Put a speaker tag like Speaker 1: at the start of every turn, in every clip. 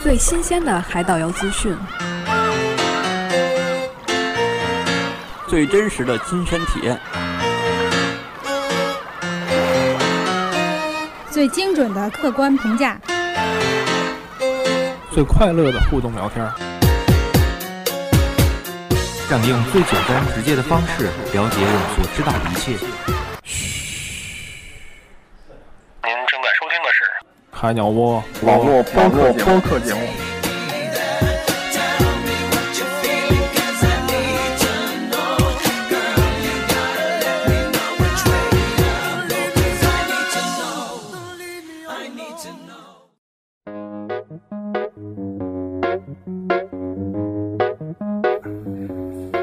Speaker 1: 最新鲜的海岛游资讯，
Speaker 2: 最真实的亲身体验，
Speaker 3: 最精准的客观评价，
Speaker 4: 最快乐的互动聊天。
Speaker 5: 让你用最简单直接的方式了解我们所知道的一切。
Speaker 6: 您正在收听的是
Speaker 4: 海鸟窝
Speaker 7: 网络播客播客节目，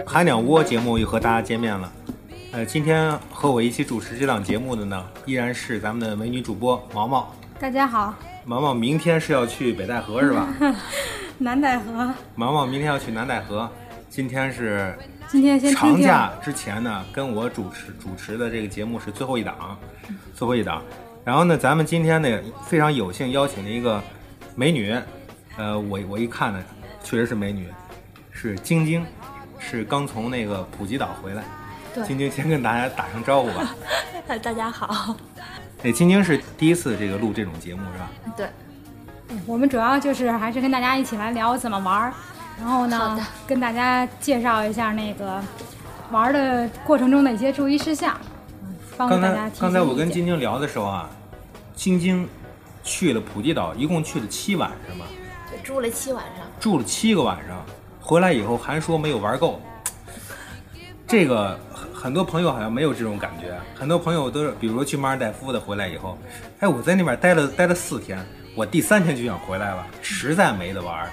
Speaker 8: 海鸟窝节目又和大家见面了。呃，今天和我一起主持这档节目的呢，依然是咱们的美女主播毛毛。
Speaker 3: 大家好，
Speaker 8: 毛毛明天是要去北戴河是吧？
Speaker 3: 南戴河，
Speaker 7: 嗯
Speaker 8: 毛毛明天要去南戴河。今天是
Speaker 3: 今天先听
Speaker 8: 长
Speaker 3: 听
Speaker 8: 假之前呢，跟我主持主持的这个节目是最后一档，最后一档。然后呢，咱们今天呢非常有幸邀请了一个美女，呃，我我一看呢，确实是美女，是晶晶，是刚从那个普吉岛回来。
Speaker 9: 对
Speaker 8: 晶晶先跟大家打声招呼吧。
Speaker 9: 嗨，大家好。
Speaker 8: 那晶晶是第一次这个录这种节目是吧？
Speaker 9: 对，
Speaker 3: 我们主要就是还是跟大家一起来聊怎么玩儿，然后
Speaker 9: 好
Speaker 3: 呢
Speaker 9: 的，
Speaker 3: 跟大家介绍一下那个玩儿的过程中的一些注意事项，嗯帮助
Speaker 8: 刚
Speaker 3: 大家
Speaker 8: 才
Speaker 3: 提
Speaker 8: 刚才
Speaker 3: 些
Speaker 8: 我
Speaker 3: 意
Speaker 8: 跟
Speaker 3: 见
Speaker 8: 晶晶聊的时候啊，晶晶去了普吉岛，一共去了七晚是吗？
Speaker 9: 对住了七晚上，
Speaker 8: 住了七个晚上，回来以后还说没有玩够。这个很很多朋友好像没有这种感觉，很多朋友都是，比如说去马尔代夫的，回来以后，哎，我在那边待了待了四天，我第三天就想回来了，实在没得玩儿。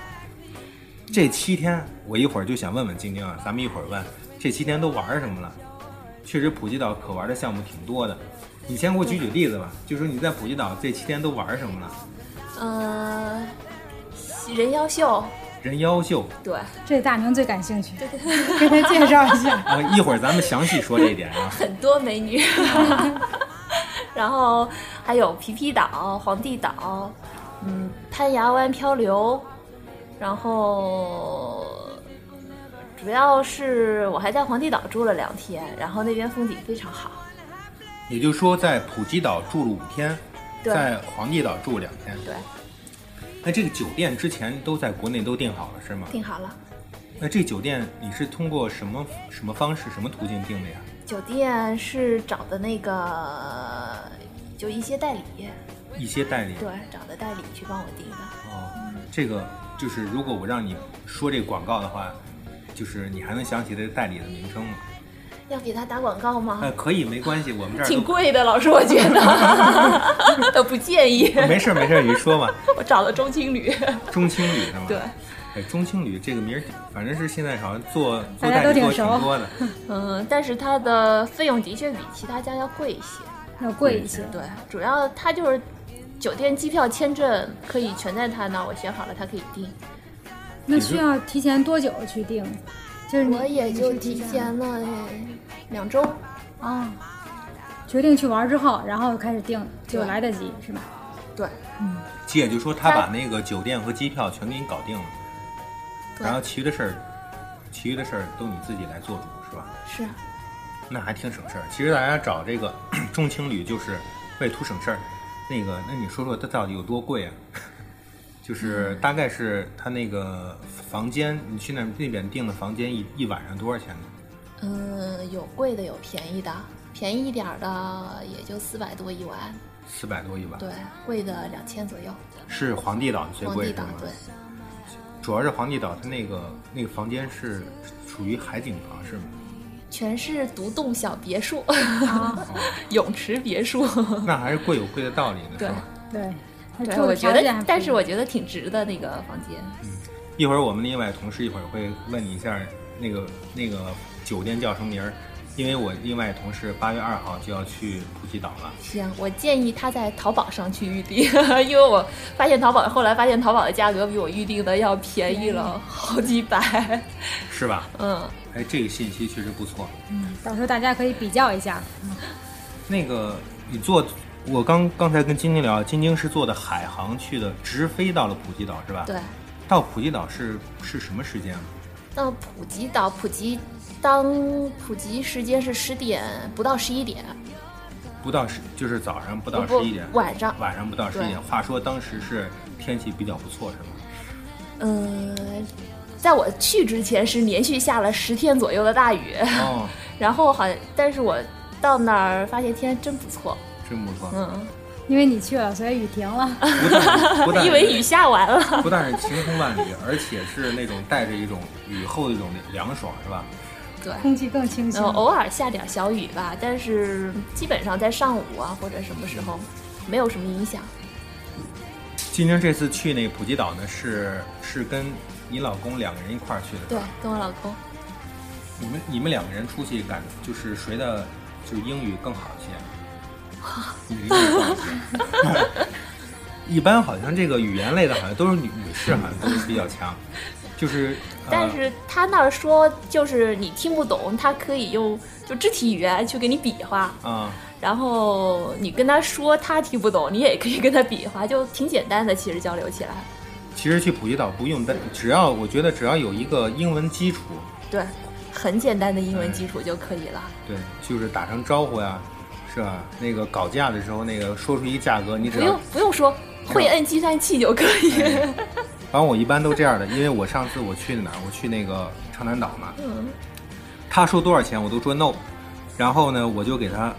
Speaker 8: 这七天，我一会儿就想问问晶晶啊，咱们一会儿问这七天都玩儿什么了。确实，普吉岛可玩的项目挺多的，你先给我举举例子吧，就说你在普吉岛这七天都玩儿什么了？
Speaker 9: 呃，人妖秀，
Speaker 8: 人妖秀，
Speaker 9: 对，
Speaker 3: 这大明最感兴趣，给他介绍一下。
Speaker 8: 啊，一会儿咱们详细说这一点啊。
Speaker 9: 很多美 女，然后还有皮皮岛、皇帝岛，嗯，攀崖湾漂流，然后主要是我还在皇帝岛住了两天，然后那边风景非常好。
Speaker 8: 也就是说，在普吉岛住了五天，
Speaker 9: 对
Speaker 8: 在皇帝岛住两天。
Speaker 9: 对，
Speaker 8: 那这个酒店之前都在国内都订好了是吗？
Speaker 9: 订好了，
Speaker 8: 那这酒店你是通过什么什么方式、什么途径订的呀？
Speaker 9: 酒店是找的那个，就一些代理，
Speaker 8: 一些代理。
Speaker 9: 对，找的代理去帮我订的。
Speaker 8: 哦，这个就是如果我让你说这个广告的话，就是你还能想起这个代理的名称吗？
Speaker 9: 要给他打广告吗？
Speaker 3: 嗯
Speaker 8: 呃，可以，没关系，我们这儿
Speaker 9: 挺
Speaker 8: 都。
Speaker 9: 贵的，老师，我觉得，都不建议。
Speaker 8: 没事儿没事儿，你说吧。
Speaker 9: 我找了中 青旅，
Speaker 8: 中青旅是 吗？
Speaker 9: 对，
Speaker 8: 哎，中青旅这个名儿，反正是现在好像做做
Speaker 3: 大家
Speaker 8: 代
Speaker 3: 都
Speaker 8: 理
Speaker 3: 挺
Speaker 8: 做
Speaker 3: 熟
Speaker 8: 挺多的。
Speaker 9: 嗯，但是它的费用的确比其他家要贵一些。
Speaker 3: 要贵一些，
Speaker 9: 对，主要它就是酒店、机票、签证可以全在他那儿，我选好了，他可以订。
Speaker 3: 那需要提前多久去定？就是你你是
Speaker 9: 了两周，
Speaker 3: 啊、决定去玩之后，然后开始定，就
Speaker 9: 对
Speaker 3: 来得及是吧？
Speaker 9: 对，
Speaker 8: 姐就说他把那个酒店和机票全给你搞定了，然后其余的事儿，其余的事儿都你自己来做主，是吧？
Speaker 9: 是，
Speaker 8: 那还挺省事儿。其实大家找这个 中青旅就是为图省事儿。那个，那你说说它到底有多贵啊？ 就是大概是它那个房间，你去那那边订的房间一一晚上多少钱呢？
Speaker 9: 嗯，有贵的，有便宜的，便宜一点儿的也就四百多一晚，
Speaker 8: 四百多一晚，
Speaker 9: 对，贵的两千左右。
Speaker 8: 是皇帝岛最
Speaker 9: 皇
Speaker 8: 贵
Speaker 9: 帝
Speaker 8: 是
Speaker 9: 岛
Speaker 8: 吗？
Speaker 9: 对，
Speaker 8: 主要是皇帝岛它那个那个房间是属于海景房是吗？
Speaker 9: 全是独栋小别墅，
Speaker 3: 啊，
Speaker 9: 泳池别墅。
Speaker 8: 那还是贵有贵的道理呢，是
Speaker 9: 对
Speaker 8: 吧？
Speaker 3: 对，还
Speaker 9: 对，
Speaker 3: 住的
Speaker 9: 我觉
Speaker 3: 条件还
Speaker 9: 得
Speaker 3: 不，
Speaker 9: 但是我觉得挺值的那个房间。
Speaker 8: 一会儿我们另外同事一会儿会问你一下那个那个酒店叫什么名儿，因为我另外同事八月二号就要去普吉岛了。
Speaker 9: 行，我建议他在淘宝上去预定， 因为我发现淘宝，后来发现淘宝的价格比我预定的要便宜了好几百。
Speaker 8: 是吧？
Speaker 9: 嗯，
Speaker 8: 哎，这个信息确实不错。
Speaker 3: 到时候大家可以比较一下，
Speaker 8: 那个你坐，我刚刚才跟晶晶聊，晶晶是坐的海航去的，直飞到了普吉岛是吧？
Speaker 9: 对。
Speaker 8: 到普吉岛是是什么时间啊？
Speaker 9: 到普吉岛，普吉当普吉时间是十点不到十一点，
Speaker 8: 不到十，就是早上不到
Speaker 9: 不
Speaker 8: 十一点，
Speaker 9: 晚上
Speaker 8: 晚上不到十一
Speaker 9: 对
Speaker 8: 点。话说当时是天气比较不错，是吗？
Speaker 9: 嗯、在我去之前是连续下了十天左右的大雨，
Speaker 8: 哦，
Speaker 9: 然后好像，但是我到那儿发现天真不错，
Speaker 8: 真不错，
Speaker 9: 嗯，
Speaker 3: 因为你去了，所以雨停了。
Speaker 8: 不 但不但
Speaker 9: 因为雨下完了，
Speaker 8: 不但是晴空万里，而且是那种带着一种雨后的一种凉爽，是吧？
Speaker 9: 对。
Speaker 3: 空气更清新
Speaker 9: 然。后偶尔下点小雨吧，但是基本上在上午啊或者什么时
Speaker 8: 嗯
Speaker 9: 候，没有什么影响。
Speaker 8: 金晶这次去那普吉岛呢，是是跟你老公两个人一块儿去的，
Speaker 9: 对，跟我老公，
Speaker 8: 啊你们你们两个人出去感就是谁的就是英语更好一 些？你的英语更好一些。 一般好像这个语言类的，好像都是女女士，好像都是比较强。就是，呃、
Speaker 9: 但是他那儿说就是你听不懂，他可以用就肢体语言去给你比划，
Speaker 8: 啊、
Speaker 9: 然后你跟他说他听不懂，你也可以跟他比划，就挺简单的。其实交流起来，
Speaker 8: 其实去普吉岛不用担，只要我觉得只要有一个英文基础，
Speaker 9: 对，很简单的英
Speaker 8: 嗯
Speaker 9: 文基础就可以了。
Speaker 8: 对，就是打声招呼呀，是吧？那个搞价的时候，那个说出一价格，你只
Speaker 9: 不
Speaker 8: 要哎
Speaker 9: 用不用说，会摁计算器就可以。
Speaker 8: 反正我一般都这样的，因为我上次我去哪儿？我去那个长滩岛嘛，
Speaker 9: 嗯
Speaker 8: 他说多少钱我都说 no，然后呢我就给他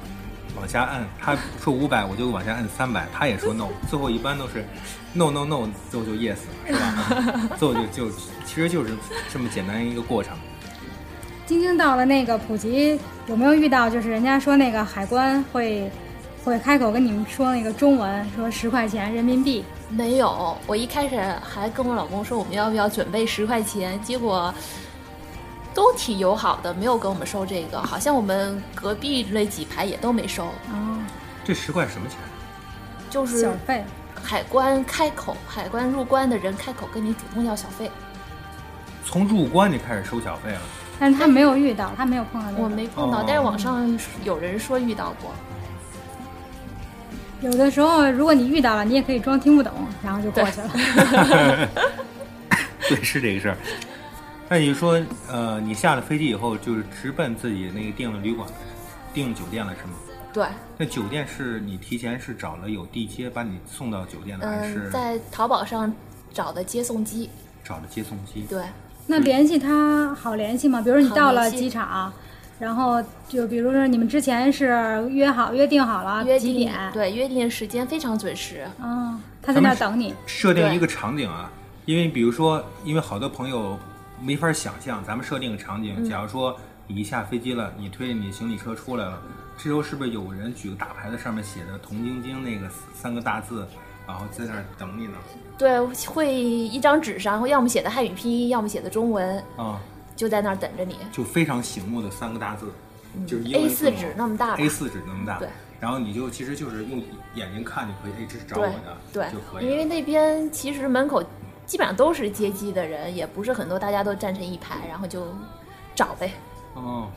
Speaker 8: 往下按，他说五百我就往下按三百，他也说 no，最后一般都是 no no no，最后就 yes 是吧？ 最后就就其实就是这么简单一个过程。
Speaker 3: 晶晶到了那个普吉，有没有遇到就是人家说那个海关会会开口跟你们说那个中文，说十块钱人民币？
Speaker 9: 没有，我一开始还跟我老公说我们要不要准备十块钱，结果都挺友好的，没有跟我们收这个，好像我们隔壁那几排也都没收，啊
Speaker 3: 哦，
Speaker 8: 这十块什么钱？
Speaker 9: 就
Speaker 3: 小
Speaker 9: 是
Speaker 3: 费。
Speaker 9: 海关开口，海关入关的人开口跟你主动要小费，
Speaker 8: 从入关就开始收小费了。
Speaker 3: 但是他没有遇到，他没有碰到、这个。
Speaker 9: 我没碰到，
Speaker 8: 哦
Speaker 9: 但是网上有人说遇到过，
Speaker 3: 哦有的时候，如果你遇到了，你也可以装听不懂，然后就过去了。
Speaker 8: 对，是这个事儿。那你说，呃，你下了飞机以后，就是直奔自己那个订的旅馆、订酒店了，是吗？
Speaker 9: 对，
Speaker 8: 那酒店是你提前是找了有地接把你送到酒店的，还
Speaker 9: 嗯，
Speaker 8: 是
Speaker 9: 在淘宝上找的接送机，
Speaker 8: 找的接送机？
Speaker 9: 对，
Speaker 3: 那联系他好联系吗？比如你到
Speaker 9: 好
Speaker 3: 了
Speaker 9: 联系
Speaker 3: 机场，然后就比如说你们之前是约好约定好了
Speaker 9: 约
Speaker 3: 啊几
Speaker 9: 定
Speaker 3: 点？，
Speaker 9: 对，约定时间非常准时，
Speaker 3: 嗯，他在那儿等你。
Speaker 8: 设定一个场景啊，因为比如说，因为好多朋友没法想象，咱们设定个场景，
Speaker 9: 嗯
Speaker 8: 假如说你一下飞机了，你推着你行李车出来了，这时候是不是有人举个大牌子，上面写着“童晶晶”那个三个大字，然后在那儿等你呢？
Speaker 9: 对，会一张纸上，要么写的汉语拼音，要么写的中文，
Speaker 8: 啊、
Speaker 9: 就在那儿等着你。
Speaker 8: 就非常醒目的三个大字，就是英文
Speaker 9: 嗯 A
Speaker 8: 字
Speaker 9: 四
Speaker 8: 母
Speaker 9: 纸那么大吧
Speaker 8: A 四纸那么大，
Speaker 9: 对。
Speaker 8: 然后你就其实就是用眼睛看就可以，哎，这是找我
Speaker 9: 对
Speaker 8: 的，
Speaker 9: 对
Speaker 8: 就，可以了。
Speaker 9: 因为那边其实门口基本上都是接机的人，也不是很多，大家都站成一排，然后就找呗，
Speaker 8: 哦，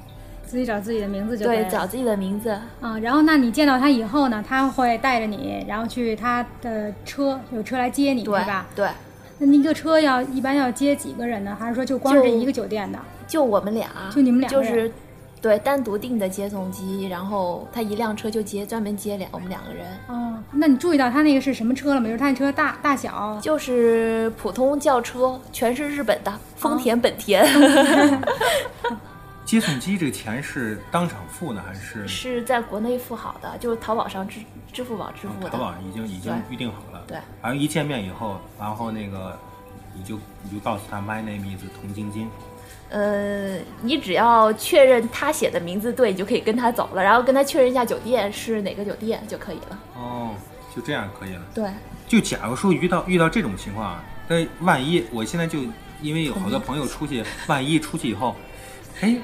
Speaker 3: 自己找自己的名字就可以
Speaker 9: 对，
Speaker 3: 了
Speaker 9: 找自己的名字。
Speaker 3: 嗯，然后那你见到他以后呢，他会带着你，然后去他的车，有车来接你，是
Speaker 9: 对
Speaker 3: 吧？
Speaker 9: 对，
Speaker 3: 那你一个车要一般要接几个人呢？还是说就光是
Speaker 9: 就
Speaker 3: 一个酒店的？
Speaker 9: 就我们俩，
Speaker 3: 就你们两个
Speaker 9: 就
Speaker 3: 人
Speaker 9: 是对单独订的接送机，然后他一辆车就接专门接两我们两个人，
Speaker 3: 哦，那你注意到他那个是什么车了吗？就是他那车大大小，
Speaker 9: 就是普通轿车，全是日本的丰
Speaker 3: 哦
Speaker 9: 田、本田，
Speaker 8: 接送机这个钱是当场付呢，还是
Speaker 9: 是在国内付好的，就是淘宝上支支付宝支付
Speaker 8: 嗯
Speaker 9: 的。
Speaker 8: 淘宝已经已经预定好了？
Speaker 9: 对
Speaker 8: 然后一见面以后，然后那个你就你就告诉他 My name is 童晶晶。
Speaker 9: 呃，你只要确认他写的名字对，你就可以跟他走了，然后跟他确认一下酒店是哪个酒店就可以了。
Speaker 8: 哦，就这样可以了。
Speaker 9: 对，
Speaker 8: 就假如说遇到遇到这种情况啊，但万一我现在就因为有好多朋友出去，万一出去以后，哎，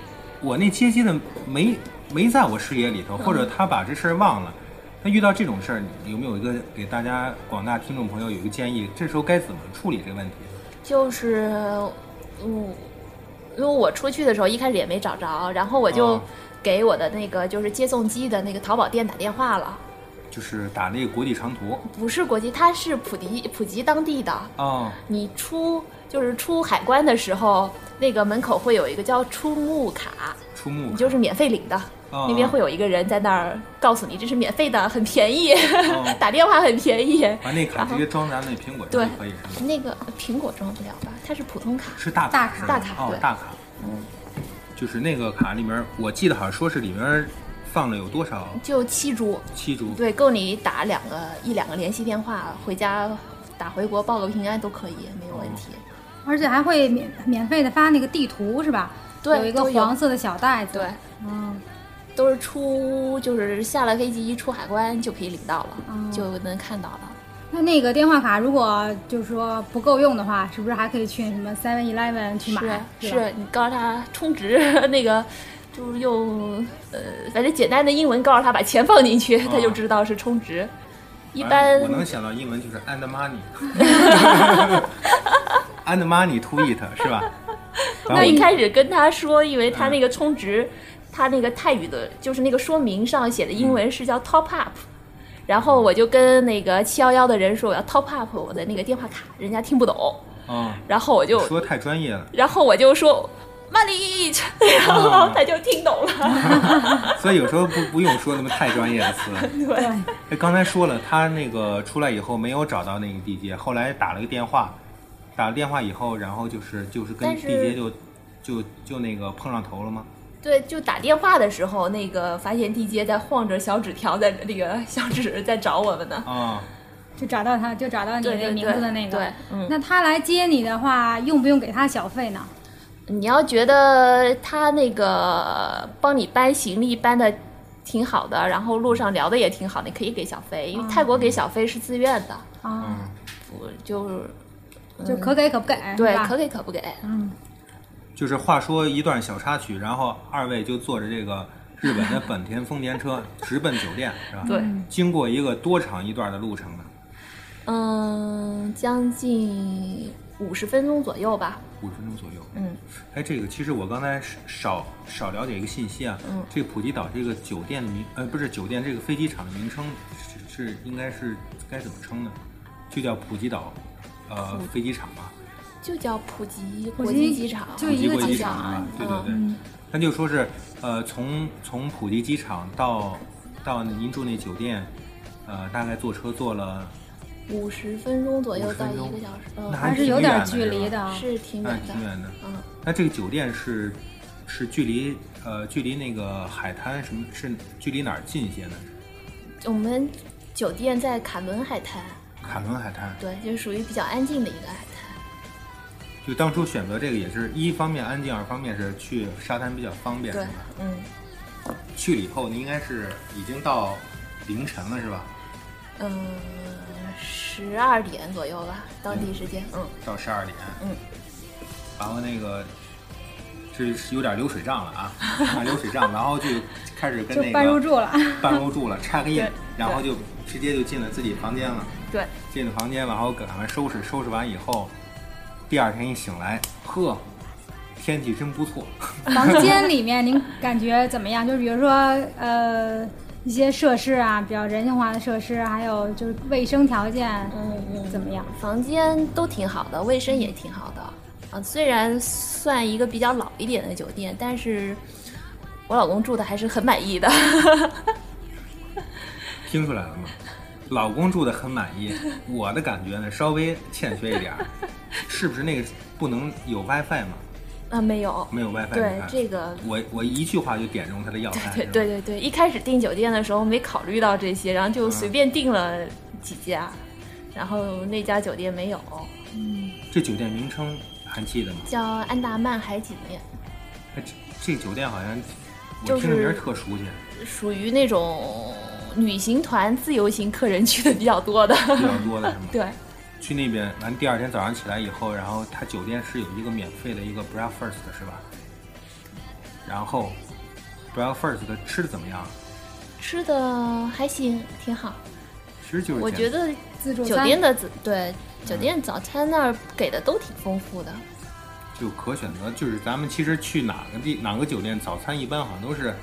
Speaker 8: 我那接机的没没在我视野里头，或
Speaker 9: 嗯
Speaker 8: 者他把这事儿忘了，那遇到这种事儿，你有没有一个给大家广大听众朋友有一个建议？这时候该怎么处理这个问题？
Speaker 9: 就是，嗯，因为我出去的时候一开始也没找着，然后我就
Speaker 8: 哦
Speaker 9: 给我的那个就是接送机的那个淘宝店打电话了，
Speaker 8: 就是打那个国际长途
Speaker 9: 不是国际，它是普吉普吉当地的，
Speaker 8: 哦，
Speaker 9: 你出就是出海关的时候，那个门口会有一个叫出目卡，
Speaker 8: 出木
Speaker 9: 你就是免费领的。
Speaker 8: 那
Speaker 9: 那边会有一个人在那儿告诉你，这是免费的，很便宜，
Speaker 8: 哦
Speaker 9: 打电话很便宜。
Speaker 8: 把那卡直接装咱们那苹果上
Speaker 9: 对
Speaker 8: 就可以是吗？
Speaker 9: 那个苹果装不了吧？它是普通卡。
Speaker 8: 是大
Speaker 3: 大
Speaker 8: 卡
Speaker 3: 卡
Speaker 8: 是吧
Speaker 9: 大卡
Speaker 8: 哦
Speaker 9: 对，
Speaker 8: 大卡，就是那个卡里面，我记得好像说是里面放了有多少
Speaker 9: 就七株，
Speaker 8: 七株，
Speaker 9: 对，够你打两个一两个联系电话，回家打回国报个平安都可以，没有问题。
Speaker 3: 而且还会免免费的发那个地图是吧？
Speaker 9: 对
Speaker 3: 有一个
Speaker 9: 都有
Speaker 3: 黄色的小袋子。
Speaker 9: 对，，
Speaker 3: 嗯，
Speaker 9: 都是出就是下了飞机一出海关就可以领到了，
Speaker 3: 嗯
Speaker 9: 就能看到了。
Speaker 3: 那那个电话卡如果就是说不够用的话，是不是还可以去什么 Seven Eleven 去买？
Speaker 9: 是
Speaker 3: 吧
Speaker 9: 是，你告诉他充值 那个。就是用呃，反正简单的英文告诉他把钱放进去，
Speaker 3: 啊
Speaker 9: 他就知道是充值。一般
Speaker 8: 哎我能想到英文就是 and money，and money to eat 是 吧？然
Speaker 9: 那
Speaker 8: 后
Speaker 9: 一开始跟他说，因为
Speaker 8: 嗯
Speaker 9: 他那个充值，他那个泰语的，就是那个说明上写的
Speaker 8: 嗯
Speaker 9: 英文是叫 top up，然后我就跟那个七幺幺的人说我要 top up 我的那个电话卡，人家听不懂，
Speaker 8: 嗯，
Speaker 9: 然后我就，
Speaker 8: 说太专业了，
Speaker 9: 然后我就说 money，然
Speaker 8: 啊
Speaker 9: 后他就听懂了。
Speaker 8: 所以有时候不不用说那么太专业的词。
Speaker 9: 对，
Speaker 8: 哎，刚才说了，他那个出来以后没有找到那个地接，后来打了个电话，打了电话以后，然后就是就是跟
Speaker 9: 但是
Speaker 8: 地接就就就那个碰上头了吗？
Speaker 9: 对，就打电话的时候，那个发现地接在晃着小纸条，在那个小纸在找我们呢。
Speaker 8: 啊、
Speaker 3: 就找到他，就找到你
Speaker 9: 对对
Speaker 3: 那
Speaker 9: 对
Speaker 3: 个名字的那个。
Speaker 9: 对嗯
Speaker 3: 那他来接你的话，用不用给他小费呢？
Speaker 9: 你要觉得他那个帮你搬行李搬的挺好的，然后路上聊的也挺好，你可以给小费，因为泰国给小费是自愿的，
Speaker 3: 啊，
Speaker 9: 我就是
Speaker 3: 就可给可不给，
Speaker 9: 嗯对
Speaker 3: 是吧
Speaker 9: 可给可不给。
Speaker 8: 就是话说一段小插曲，然后二位就坐着这个日本的本田丰田车直奔酒店，是吧？
Speaker 9: 对，
Speaker 8: 经过一个多长一段的路程呢？
Speaker 9: 嗯，将近五十分钟左右吧。
Speaker 8: 五十分钟左右。
Speaker 9: 嗯，
Speaker 8: 哎，这个其实我刚才少少了解一个信息啊，
Speaker 9: 嗯
Speaker 8: 这个普吉岛这个酒店的名，呃，不是酒店，这个飞机场的名称是是应该是该怎么称呢？就叫普吉岛，呃，飞机场吧，
Speaker 9: 就叫普吉
Speaker 3: 普
Speaker 9: 国际
Speaker 3: 吉
Speaker 9: 机场，
Speaker 3: 就
Speaker 8: 普吉
Speaker 3: 一个
Speaker 8: 国际
Speaker 3: 机
Speaker 8: 场
Speaker 3: 场
Speaker 8: 啊，对对
Speaker 9: 嗯
Speaker 8: 对，那就说是，呃，从从普吉机场到到您住那酒店，呃，大概坐车坐了，
Speaker 9: 五十分钟左右
Speaker 8: 50
Speaker 9: 到
Speaker 8: 分
Speaker 9: 一
Speaker 8: 钟
Speaker 9: 个小时，
Speaker 8: 那
Speaker 9: 嗯，
Speaker 3: 还是有点距离的。
Speaker 9: 是挺
Speaker 8: 那
Speaker 9: 远的
Speaker 8: 哎挺。远的。
Speaker 9: 嗯，
Speaker 8: 那这个酒店是是距离呃距离那个海滩什么是距离哪儿近一些呢？
Speaker 9: 我们酒店在卡伦海滩，
Speaker 8: 卡伦海滩。
Speaker 9: 对，就是属于比较安静的一个海滩。
Speaker 8: 就当初选择这个也是一方面安静，二方面是去沙滩比较方便，是
Speaker 9: 对
Speaker 8: 吧？，
Speaker 9: 嗯
Speaker 8: 去了以后，您应该是已经到凌晨了，是吧？
Speaker 9: 嗯，十二点左右吧，当地时间。嗯，
Speaker 8: 到十二点，
Speaker 9: 嗯，
Speaker 8: 然后那个这是有点流水账了 啊，流水账，然后就开始跟
Speaker 3: 就
Speaker 8: 那个
Speaker 3: 办 入住了，
Speaker 8: 办入住了，插个印
Speaker 9: 对，
Speaker 8: 然后就直接就进了自己房间了，
Speaker 9: 对，
Speaker 8: 进了房间，然后赶快收拾，收拾完以后，第二天一醒来，呵，天气真不错，
Speaker 3: 房间里面您感觉怎么样？就比如说呃一些设施啊，比较人性化的设施，啊还有就是卫生条件，
Speaker 9: 嗯嗯
Speaker 3: 怎么样？
Speaker 9: 房间都挺好的，卫生也挺好的。啊，虽然算一个比较老一点的酒店，但是我老公住的还是很满意的。
Speaker 8: 听出来了吗？老公住的很满 意，我的感觉呢稍微欠缺一点儿，是不是那个不能有 WiFi 吗？
Speaker 9: 啊，没有，
Speaker 8: 没有 WiFi，你
Speaker 9: 对
Speaker 8: 看
Speaker 9: 这个
Speaker 8: 我我一句话就点中他的要害，
Speaker 9: 对
Speaker 8: 是吧
Speaker 9: 对对对，一开始订酒店的时候没考虑到这些，然后就随便订了几家，然后那家酒店没有，
Speaker 8: 这酒店名称还记得吗？
Speaker 9: 叫安达曼海景业，
Speaker 8: 哎这这酒店好像我
Speaker 9: 就
Speaker 8: 听着名儿
Speaker 9: 是
Speaker 8: 特熟悉，
Speaker 9: 属于那种旅行团自由行客人去的比较多的。？
Speaker 8: 比较多的是吗
Speaker 9: 对，
Speaker 8: 去那边完第二天早上起来以后，然后他酒店是有一个免费的一个 breakfast 是吧？然后 breakfast 的吃的怎么样？
Speaker 9: 吃的还行，挺好。
Speaker 8: 其实就是
Speaker 9: 我
Speaker 8: 简
Speaker 9: 觉得
Speaker 3: 自助
Speaker 9: 酒
Speaker 3: 餐
Speaker 9: 店的自对酒店早餐那儿给的都挺丰富的。
Speaker 8: 就可选择，就是咱们其实去哪个地哪个酒店，早餐一般好像都是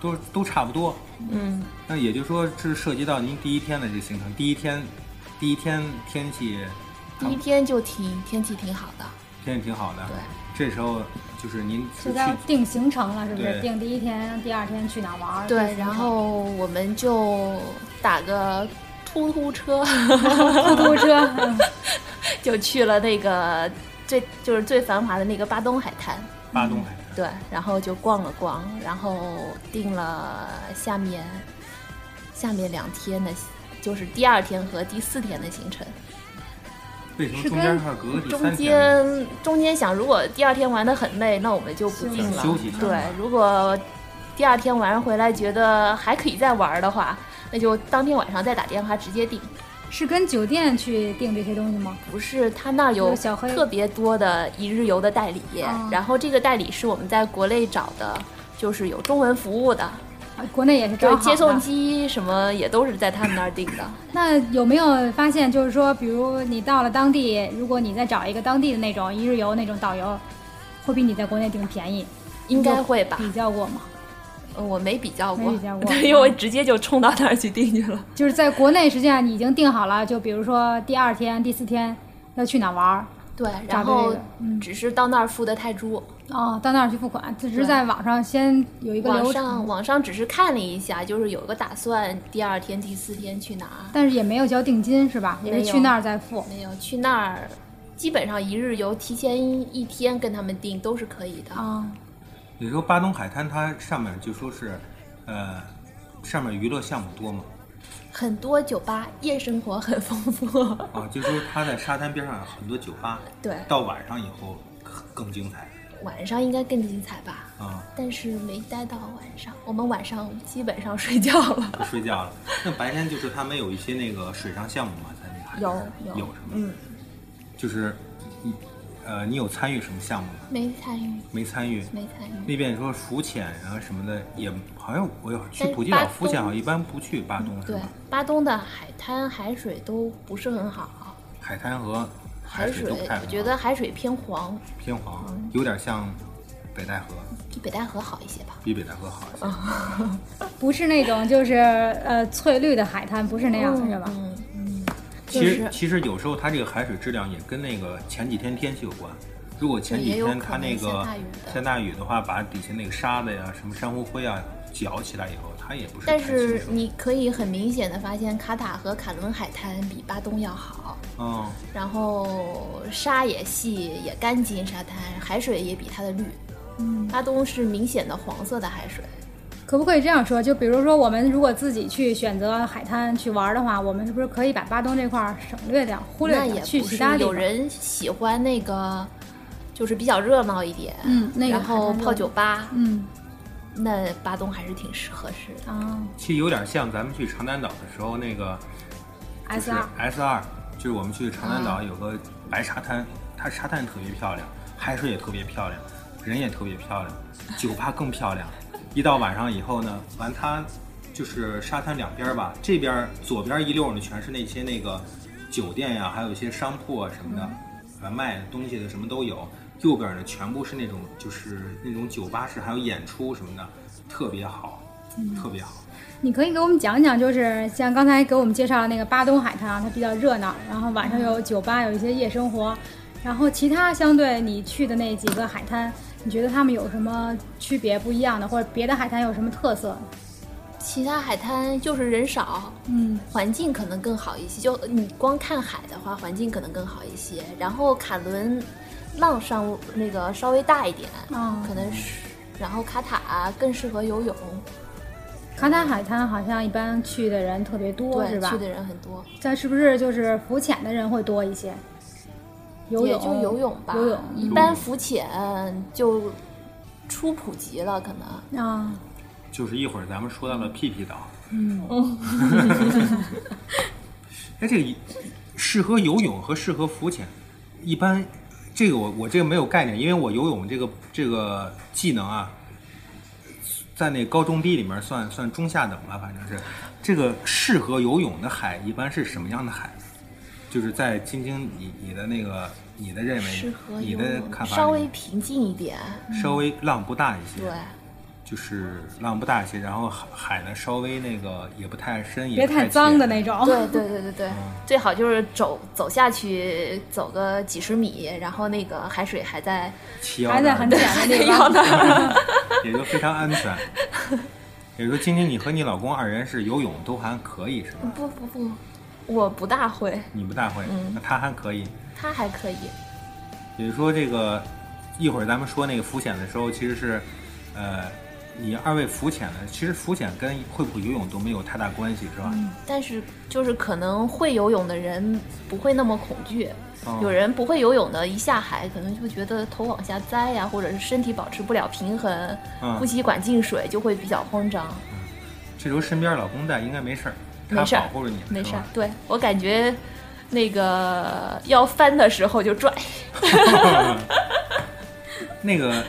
Speaker 8: 都都差不多。
Speaker 9: 嗯，
Speaker 8: 那也就是说，这是涉及到您第一天的这个行程。第一天，第一天天气
Speaker 9: 第一天就提天气挺好的，
Speaker 8: 天气挺好的。
Speaker 9: 对，
Speaker 8: 这时候就是您是
Speaker 3: 就
Speaker 8: 去
Speaker 3: 要定行程了，是不
Speaker 8: 对
Speaker 3: 是？定第一天、第二天去哪儿玩儿？定
Speaker 9: 对，
Speaker 3: 行程
Speaker 9: 然后我们就打个突突车
Speaker 3: 出租车，嗯
Speaker 9: 就去了那个最就是最繁华的那个巴东海滩。
Speaker 8: 巴东海滩。
Speaker 9: 对，然后就逛了逛，然后订了下面下面两天的，就是第二天和第四天的行程。
Speaker 8: 为什么
Speaker 9: 嗯是
Speaker 8: 中间
Speaker 9: 跟
Speaker 8: 还有隔了第
Speaker 9: 中
Speaker 8: 三天？
Speaker 9: 间中间想，如果第二天玩的很累，那我们就不订了。
Speaker 8: 休息一下
Speaker 9: 对，如果第二天晚上回来觉得还可以再玩的话，那就当天晚上再打电话直接订。
Speaker 3: 是跟酒店去订这些东西吗？
Speaker 9: 不是，他那儿有
Speaker 3: 有小黑
Speaker 9: 特别多的一日游的代理，
Speaker 3: 哦
Speaker 9: 然后这个代理是我们在国内找的，就是有中文服务的，
Speaker 3: 啊国内也是
Speaker 9: 对
Speaker 3: 招，好嗯
Speaker 9: 接送
Speaker 3: 的
Speaker 9: 机什么也都是在他们那儿订的。
Speaker 3: 那有没有发现，就是说，比如你到了当地，如果你再找一个当地的那种一日游那种导游，会比你在国内订便宜？
Speaker 9: 应该会吧
Speaker 3: 比较过吗？
Speaker 9: 呃我没比较过，
Speaker 3: 嗯没比较过嗯
Speaker 9: 因为我直接就冲到那儿去订去了。
Speaker 3: 就是在国内，实际上你已经定好了，就比如说第二天、第四天要去哪玩儿，
Speaker 9: 对，
Speaker 3: 找
Speaker 9: 然
Speaker 3: 的这
Speaker 9: 后
Speaker 3: 个嗯
Speaker 9: 只是到那儿付的泰铢，
Speaker 3: 哦，到那儿去付款，只
Speaker 9: 对
Speaker 3: 是在网上先有一个
Speaker 9: 网
Speaker 3: 流
Speaker 9: 上
Speaker 3: 程，
Speaker 9: 网上只是看了一下，就是有个打算，第二天、第四天去哪儿？
Speaker 3: 但是也没有交定金是吧？也
Speaker 9: 没
Speaker 3: 是
Speaker 9: 有
Speaker 3: 去那儿再付。
Speaker 9: 没有去那儿，基本上一日游提前一天跟他们订都是可以的。
Speaker 3: 啊、
Speaker 8: 你说巴东海滩它上面就说是，呃，上面娱乐项目多嘛？
Speaker 9: 很多酒吧夜生活很丰富，
Speaker 8: 啊，就说它在沙滩边上有很多酒吧，
Speaker 9: 对，
Speaker 8: 到晚上以后更更精彩
Speaker 9: 晚上应该更精彩吧。
Speaker 8: 啊！
Speaker 9: 但是没待到晚上，我们晚上基本上睡觉了。
Speaker 8: 不睡觉了。那白天就是他们有一些那个水上项目嘛，在那个海边儿
Speaker 9: 有有
Speaker 8: 有什么？
Speaker 9: 嗯，
Speaker 8: 就是你呃，你有参与什么项目吗？
Speaker 9: 没参与，
Speaker 8: 没参与。
Speaker 9: 没参与。
Speaker 8: 那边说浮潜啊什么的，也好像我有去
Speaker 9: 但是
Speaker 8: 普吉岛
Speaker 9: 巴
Speaker 8: 浮潜，
Speaker 9: 东嗯
Speaker 8: 好像一般不去巴东是
Speaker 9: 对
Speaker 8: 吧？，
Speaker 9: 巴东的海滩海水都不是很好，
Speaker 8: 海滩和海
Speaker 9: 水
Speaker 8: 都不太
Speaker 9: 我
Speaker 8: 好
Speaker 9: 觉得嗯海水偏黄，
Speaker 8: 偏黄，有点像北戴河，
Speaker 9: 比北戴河好一些吧。
Speaker 8: 比北戴河好一些。
Speaker 3: 不是那种就是呃翠绿的海滩，不是那样的是吧？
Speaker 9: 嗯，就
Speaker 8: 其实
Speaker 9: 是
Speaker 8: 其实有时候它这个海水质量也跟那个前几天天气有关。如果前几
Speaker 9: 也有
Speaker 8: 天
Speaker 9: 可
Speaker 8: 它
Speaker 9: 能
Speaker 8: 那
Speaker 9: 下
Speaker 8: 个
Speaker 9: 大雨的
Speaker 8: 下大雨的话，把底下那个沙子呀、什么珊瑚灰啊搅起来以后，它也不是
Speaker 9: 但
Speaker 8: 太清
Speaker 9: 是
Speaker 8: 澈。
Speaker 9: 你可以很明显的发现，卡塔和卡伦海滩比巴东要好，
Speaker 8: 嗯，
Speaker 9: 然后沙也细也干净，沙滩海水也比它的绿。嗯，巴东是明显的黄色的海水，
Speaker 3: 可不可以这样说？就比如说，我们如果自己去选择海滩去玩的话，我们是不是可以把巴东这块儿省略掉、忽略
Speaker 9: 那
Speaker 3: 掉，
Speaker 9: 也
Speaker 3: 去
Speaker 9: 不
Speaker 3: 其
Speaker 9: 是
Speaker 3: 他地
Speaker 9: 有
Speaker 3: 方？
Speaker 9: 人喜欢那个，就是比较热闹一点，
Speaker 3: 嗯那个
Speaker 9: 然后
Speaker 3: 海滩热
Speaker 9: 泡酒吧，
Speaker 3: 嗯
Speaker 9: 那巴东还是挺适合适的。
Speaker 3: 啊
Speaker 8: 其实有点像咱们去长滩岛的时候那个就
Speaker 3: ，S
Speaker 8: 是
Speaker 3: 二啊
Speaker 8: S 二，就是我们去长滩岛有个白沙滩，它沙滩特别漂亮，海水也特别漂亮，人也特别漂亮，酒吧更漂亮。一到晚上以后呢，完它就是沙滩两边儿吧，这边儿左边儿一溜呢全是那些那个酒店呀、还有一些商铺啊什么的，
Speaker 3: 嗯
Speaker 8: 呃卖东西的什么都有。右边儿呢全部是那种就是那种酒吧式，还有演出什么的，特别好，
Speaker 3: 嗯
Speaker 8: 特别好。
Speaker 3: 你可以给我们讲讲，就是像刚才给我们介绍的那个巴东海滩啊，它比较热闹，然后晚上有酒吧，有一些夜生活，然后其他相对你去的那几个海滩，你觉得他们有什么区别不一样的，或者别的海滩有什么特色？
Speaker 9: 其他海滩就是人少，
Speaker 3: 嗯，
Speaker 9: 环境可能更好一些。就你光看海的话，环境可能更好一些。然后卡伦浪上那个稍微大一点，
Speaker 3: 哦
Speaker 9: 可能是。然后卡塔更适合游泳，
Speaker 3: 卡塔海滩好像一般去的人特别多，是
Speaker 9: 对，
Speaker 3: 吧
Speaker 9: 去？的人很多。
Speaker 3: 但是不是就是浮潜的人会多一些？游泳
Speaker 9: 也就游泳吧，
Speaker 3: 游泳
Speaker 9: 一般浮潜就出普及了，可能
Speaker 3: 啊，
Speaker 8: 就是一会儿咱们说到了屁屁岛。嗯， 哎，这个适合游泳和适合浮潜，一般这个我我这个没有概念，因为我游泳这个这个技能啊，在那高中低里面算算中下等吧，反正是。这个适合游泳的海一般是什么样的海？就是在晶晶你你的那个你的认为
Speaker 9: 适合
Speaker 8: 你
Speaker 9: 游
Speaker 8: 的
Speaker 9: 泳，
Speaker 8: 看法里，
Speaker 9: 稍微平静一点，
Speaker 8: 稍微浪不大一些，
Speaker 9: 对，
Speaker 8: 就是浪不大些，然后海海呢稍微那个也不太深，也
Speaker 3: 别
Speaker 8: 不
Speaker 3: 太
Speaker 8: 太
Speaker 3: 脏的
Speaker 8: 浅
Speaker 3: 那种。
Speaker 9: 对对对对对，
Speaker 8: 嗯
Speaker 9: 最好就是走走下去，走个几十米，然后那个海水还在
Speaker 8: 齐腰
Speaker 3: 还在
Speaker 8: 那儿
Speaker 3: 很浅的地
Speaker 9: 要
Speaker 3: 方，
Speaker 9: 呢。
Speaker 8: 也就非常安全。也就是说，晶晶，你和你老公二人是游泳都还可以是吧？
Speaker 3: 嗯
Speaker 9: 不不不，我不大会，
Speaker 8: 你不大会，那他还可以。
Speaker 9: 他还可以。
Speaker 8: 也就是说，这个一会儿咱们说那个浮潜的时候，其实是，呃，你二位浮潜的，其实浮潜跟会不会游泳都没有太大关系，是吧？
Speaker 3: 嗯
Speaker 9: 但是就是可能会游泳的人不会那么恐惧，
Speaker 8: 哦
Speaker 9: 有人不会游泳的，一下海可能就觉得头往下栽呀、或者是身体保持不了平衡，
Speaker 8: 嗯哦
Speaker 9: 呼吸管进水就会比较慌张。
Speaker 8: 这时候身边老公在，应该没事儿，他
Speaker 9: 没事儿
Speaker 8: 保护着你，
Speaker 9: 没
Speaker 8: 是
Speaker 9: 事儿
Speaker 8: 吧，
Speaker 9: 对我感觉那个要翻的时候就拽。
Speaker 8: 那个，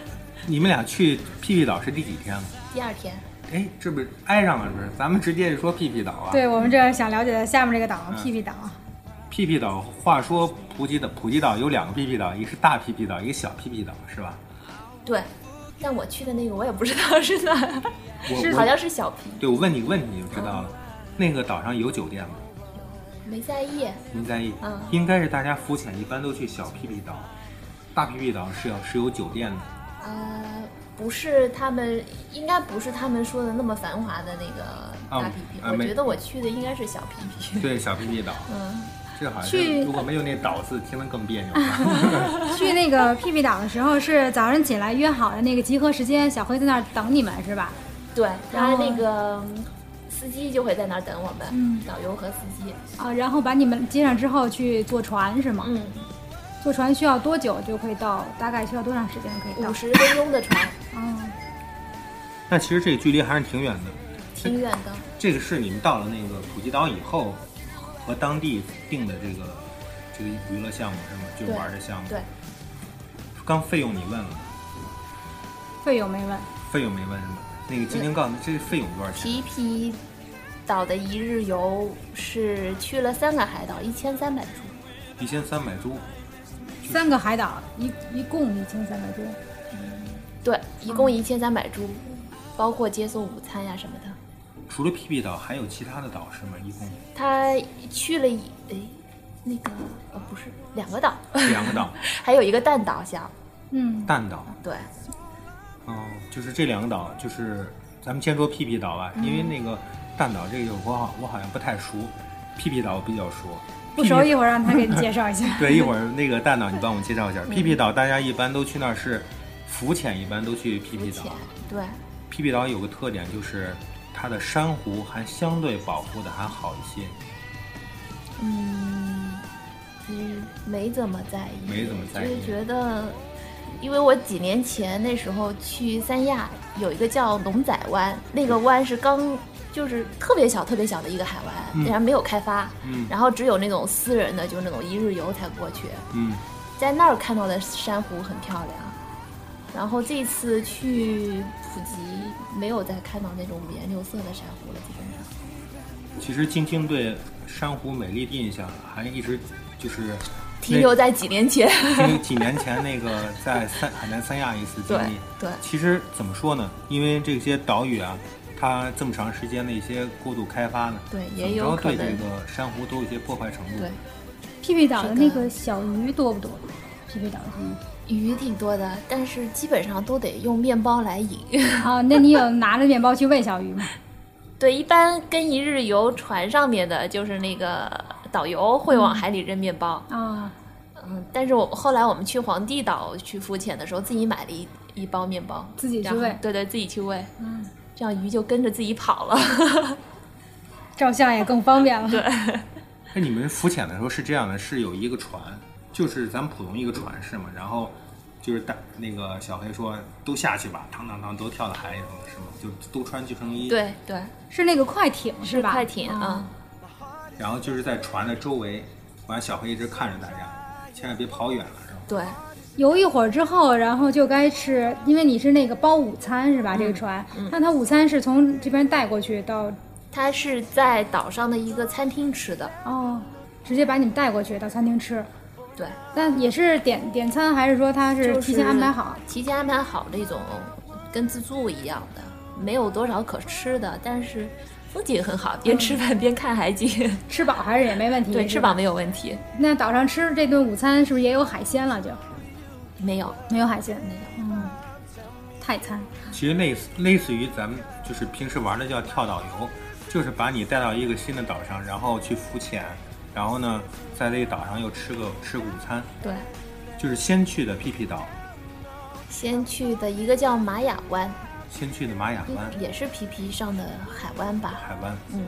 Speaker 8: 你们俩去屁屁岛是第几天了？
Speaker 9: 第二天，
Speaker 8: 哎，这不是挨上了，是不是？咱们直接就说屁屁岛啊。
Speaker 3: 对我们这想了解下面这个岛
Speaker 8: 嗯
Speaker 3: 屁屁岛，
Speaker 8: 屁屁岛，话说普吉岛，普吉岛有两个屁屁岛，一个是大屁屁岛，一个小屁屁岛，是吧？
Speaker 9: 对，但我去的那个我也不知道是哪儿，
Speaker 8: 我
Speaker 9: 是
Speaker 8: 我
Speaker 9: 好像是小皮，
Speaker 8: 对我问你个问题你就知道了。那个岛上有酒店吗？
Speaker 9: 没在意。
Speaker 8: 您在意？
Speaker 9: 嗯
Speaker 8: 应该是大家浮潜一般都去小屁屁岛，大屁屁岛是要是有酒店的。
Speaker 9: 呃，不是他们，应该不是他们说的那么繁华的那个大皮皮。
Speaker 8: 啊
Speaker 9: 我
Speaker 8: 没
Speaker 9: 觉得我去的应该是小皮皮。
Speaker 8: 对，小屁屁岛，
Speaker 9: 嗯，
Speaker 8: 这好像
Speaker 3: 去
Speaker 8: 是如果没有那岛字，听得更别扭 了。
Speaker 3: 去那个屁屁岛的时候是早上起来约好的那个集合时间，小黑在那儿等你们是吧？
Speaker 9: 对，
Speaker 3: 然后
Speaker 9: 他那个司机就会在那儿等我们，
Speaker 3: 嗯
Speaker 9: 导游和司机。
Speaker 3: 啊，然后把你们接上之后去坐船是吗？
Speaker 9: 嗯，
Speaker 3: 坐船需要多久就可以到？大概需要多长时间可以到
Speaker 9: 五？十分钟的船，
Speaker 3: 嗯，
Speaker 8: 那其实这个距离还是挺远的。
Speaker 9: 挺远 的。
Speaker 8: 这个是你们到了那个普吉岛以后，和当地定的这个这个娱乐项目是吗？就是
Speaker 9: 对
Speaker 8: 玩的项目。
Speaker 9: 对，
Speaker 8: 刚费用你问了，
Speaker 3: 费用没问。
Speaker 8: 费用没问是吗？那个晶晶告诉你，这费用多少钱？
Speaker 9: 皮皮岛的一日游是去了三个海岛，一千三百株，
Speaker 8: 一千三百株，
Speaker 3: 三个海岛，一一共一千三百多。
Speaker 9: 对，一
Speaker 8: 嗯
Speaker 9: 共一千三百株，包括接送午餐呀什么的。
Speaker 8: 除了屁屁岛，还有其他的岛是吗？一共
Speaker 9: 他去了一哎，那个哦不是两个岛，
Speaker 8: 两个 岛，
Speaker 9: 还有一个蛋岛下，
Speaker 3: 嗯，
Speaker 8: 蛋岛。
Speaker 9: 对，
Speaker 8: 哦，就是这两个岛，就是咱们先说屁屁岛吧，因
Speaker 9: 嗯
Speaker 8: 为那个蛋岛这个我好我好像不太熟，屁屁岛我比较熟。
Speaker 3: 不熟，一会儿让他给你介绍一 下。
Speaker 8: 对，一会儿那个蛋岛你帮我介绍一下。
Speaker 9: 嗯
Speaker 8: 屁屁岛大家一般都去那儿是浮潜，一般都去屁
Speaker 9: 浮
Speaker 8: 屁
Speaker 9: 潜
Speaker 8: 岛。，啊
Speaker 9: 对，
Speaker 8: 屁屁岛有个特点就是它的珊瑚还相对保护的还好一些，
Speaker 9: 嗯，嗯，没怎么在意，
Speaker 8: 没怎么在意
Speaker 9: 就是觉得，因为我几年前那时候去三亚有一个叫龙仔湾，那个湾是刚。就是特别小、特别小的一个海湾，
Speaker 8: 嗯
Speaker 9: 然后没有开发，
Speaker 8: 嗯
Speaker 9: 然后只有那种私人的，就是那种一日游才过去。
Speaker 8: 嗯。
Speaker 9: 在那儿看到的珊瑚很漂亮，然后这次去普吉没有再看到那种五颜六色的珊瑚了，基本上。
Speaker 8: 其实晶晶对珊瑚美丽的印象还一直就是
Speaker 9: 停留在几年 前，
Speaker 8: 那几几年前那个在三海南三亚一次经
Speaker 9: 对
Speaker 8: 历。
Speaker 9: 对，
Speaker 8: 其实怎么说呢？因为这些岛屿啊，它这么长时间的一些过度开发呢，
Speaker 9: 对
Speaker 8: 怎
Speaker 9: 也
Speaker 8: 么
Speaker 9: 有
Speaker 8: 着
Speaker 9: 可
Speaker 8: 对
Speaker 9: 能
Speaker 8: 这个珊瑚都有一些破坏程度。
Speaker 9: 对，
Speaker 3: 屁屁岛的那个小鱼多不多？屁屁岛的鱼。
Speaker 9: 鱼挺多的，但是基本上都得用面包来引。
Speaker 3: 啊，那你有拿着面包去喂小鱼吗？
Speaker 9: 对，一般跟一日游船上面的就是那个导游会往海里扔面包。
Speaker 3: 啊，
Speaker 9: 嗯，但是我后来我们去皇帝岛去浮潜的时候，自己买了一一包面包，
Speaker 3: 自己去
Speaker 9: 然后
Speaker 3: 喂
Speaker 9: 对对，自己去喂，
Speaker 3: 嗯，
Speaker 9: 这样鱼就跟着自己 跑了。
Speaker 3: 照相也更方便了。对，
Speaker 8: 那你们浮潜的时候是这样的，是有一个船，就是咱们普通一个船是吗？然后就是大那个小黑说都下去吧，当当当都跳到海里头了是吗？就都穿救生衣。。
Speaker 9: 对对，
Speaker 3: 是那个快艇是吧？
Speaker 9: 快艇
Speaker 3: 啊，
Speaker 9: 啊，
Speaker 8: 然后就是在船的周围，完了小黑一直看着大家，千万别跑远了是吧？
Speaker 9: 对
Speaker 3: 游一会儿之后，然后就该吃，因为你是那个包午餐是吧？这个
Speaker 9: 嗯
Speaker 3: 船，那它午餐是从这边带过去到
Speaker 9: 它是在岛上的一个餐厅吃的，
Speaker 3: 哦，直接把你们带过去到餐厅吃。
Speaker 9: 对，
Speaker 3: 那也是点点餐，还是说他是
Speaker 9: 就是
Speaker 3: 提前安排好？
Speaker 9: 提前安排好这种跟自助一样的，没有多少可吃的，但是风景很好，边吃饭边看海景，
Speaker 3: 吃饱还是也没问题。
Speaker 9: 对，
Speaker 3: 是
Speaker 9: 吃
Speaker 3: 吧
Speaker 9: 饱没有问题，
Speaker 3: 那岛上吃这顿午餐是不是也有海鲜了就？
Speaker 9: 没有
Speaker 3: 没有海鲜，
Speaker 9: 没有。
Speaker 3: 嗯，泰餐。
Speaker 8: 其实类似类似于咱们就是平时玩的叫跳岛游，就是把你带到一个新的岛上，然后去浮潜，然后呢，在这个岛上又吃个吃个午餐，
Speaker 9: 对，
Speaker 8: 就是先去的 PP 岛，
Speaker 9: 先去的一个叫玛雅湾，
Speaker 8: 先去的玛雅湾
Speaker 9: 也是 PP 上的海湾吧？
Speaker 8: 海湾，
Speaker 9: 嗯，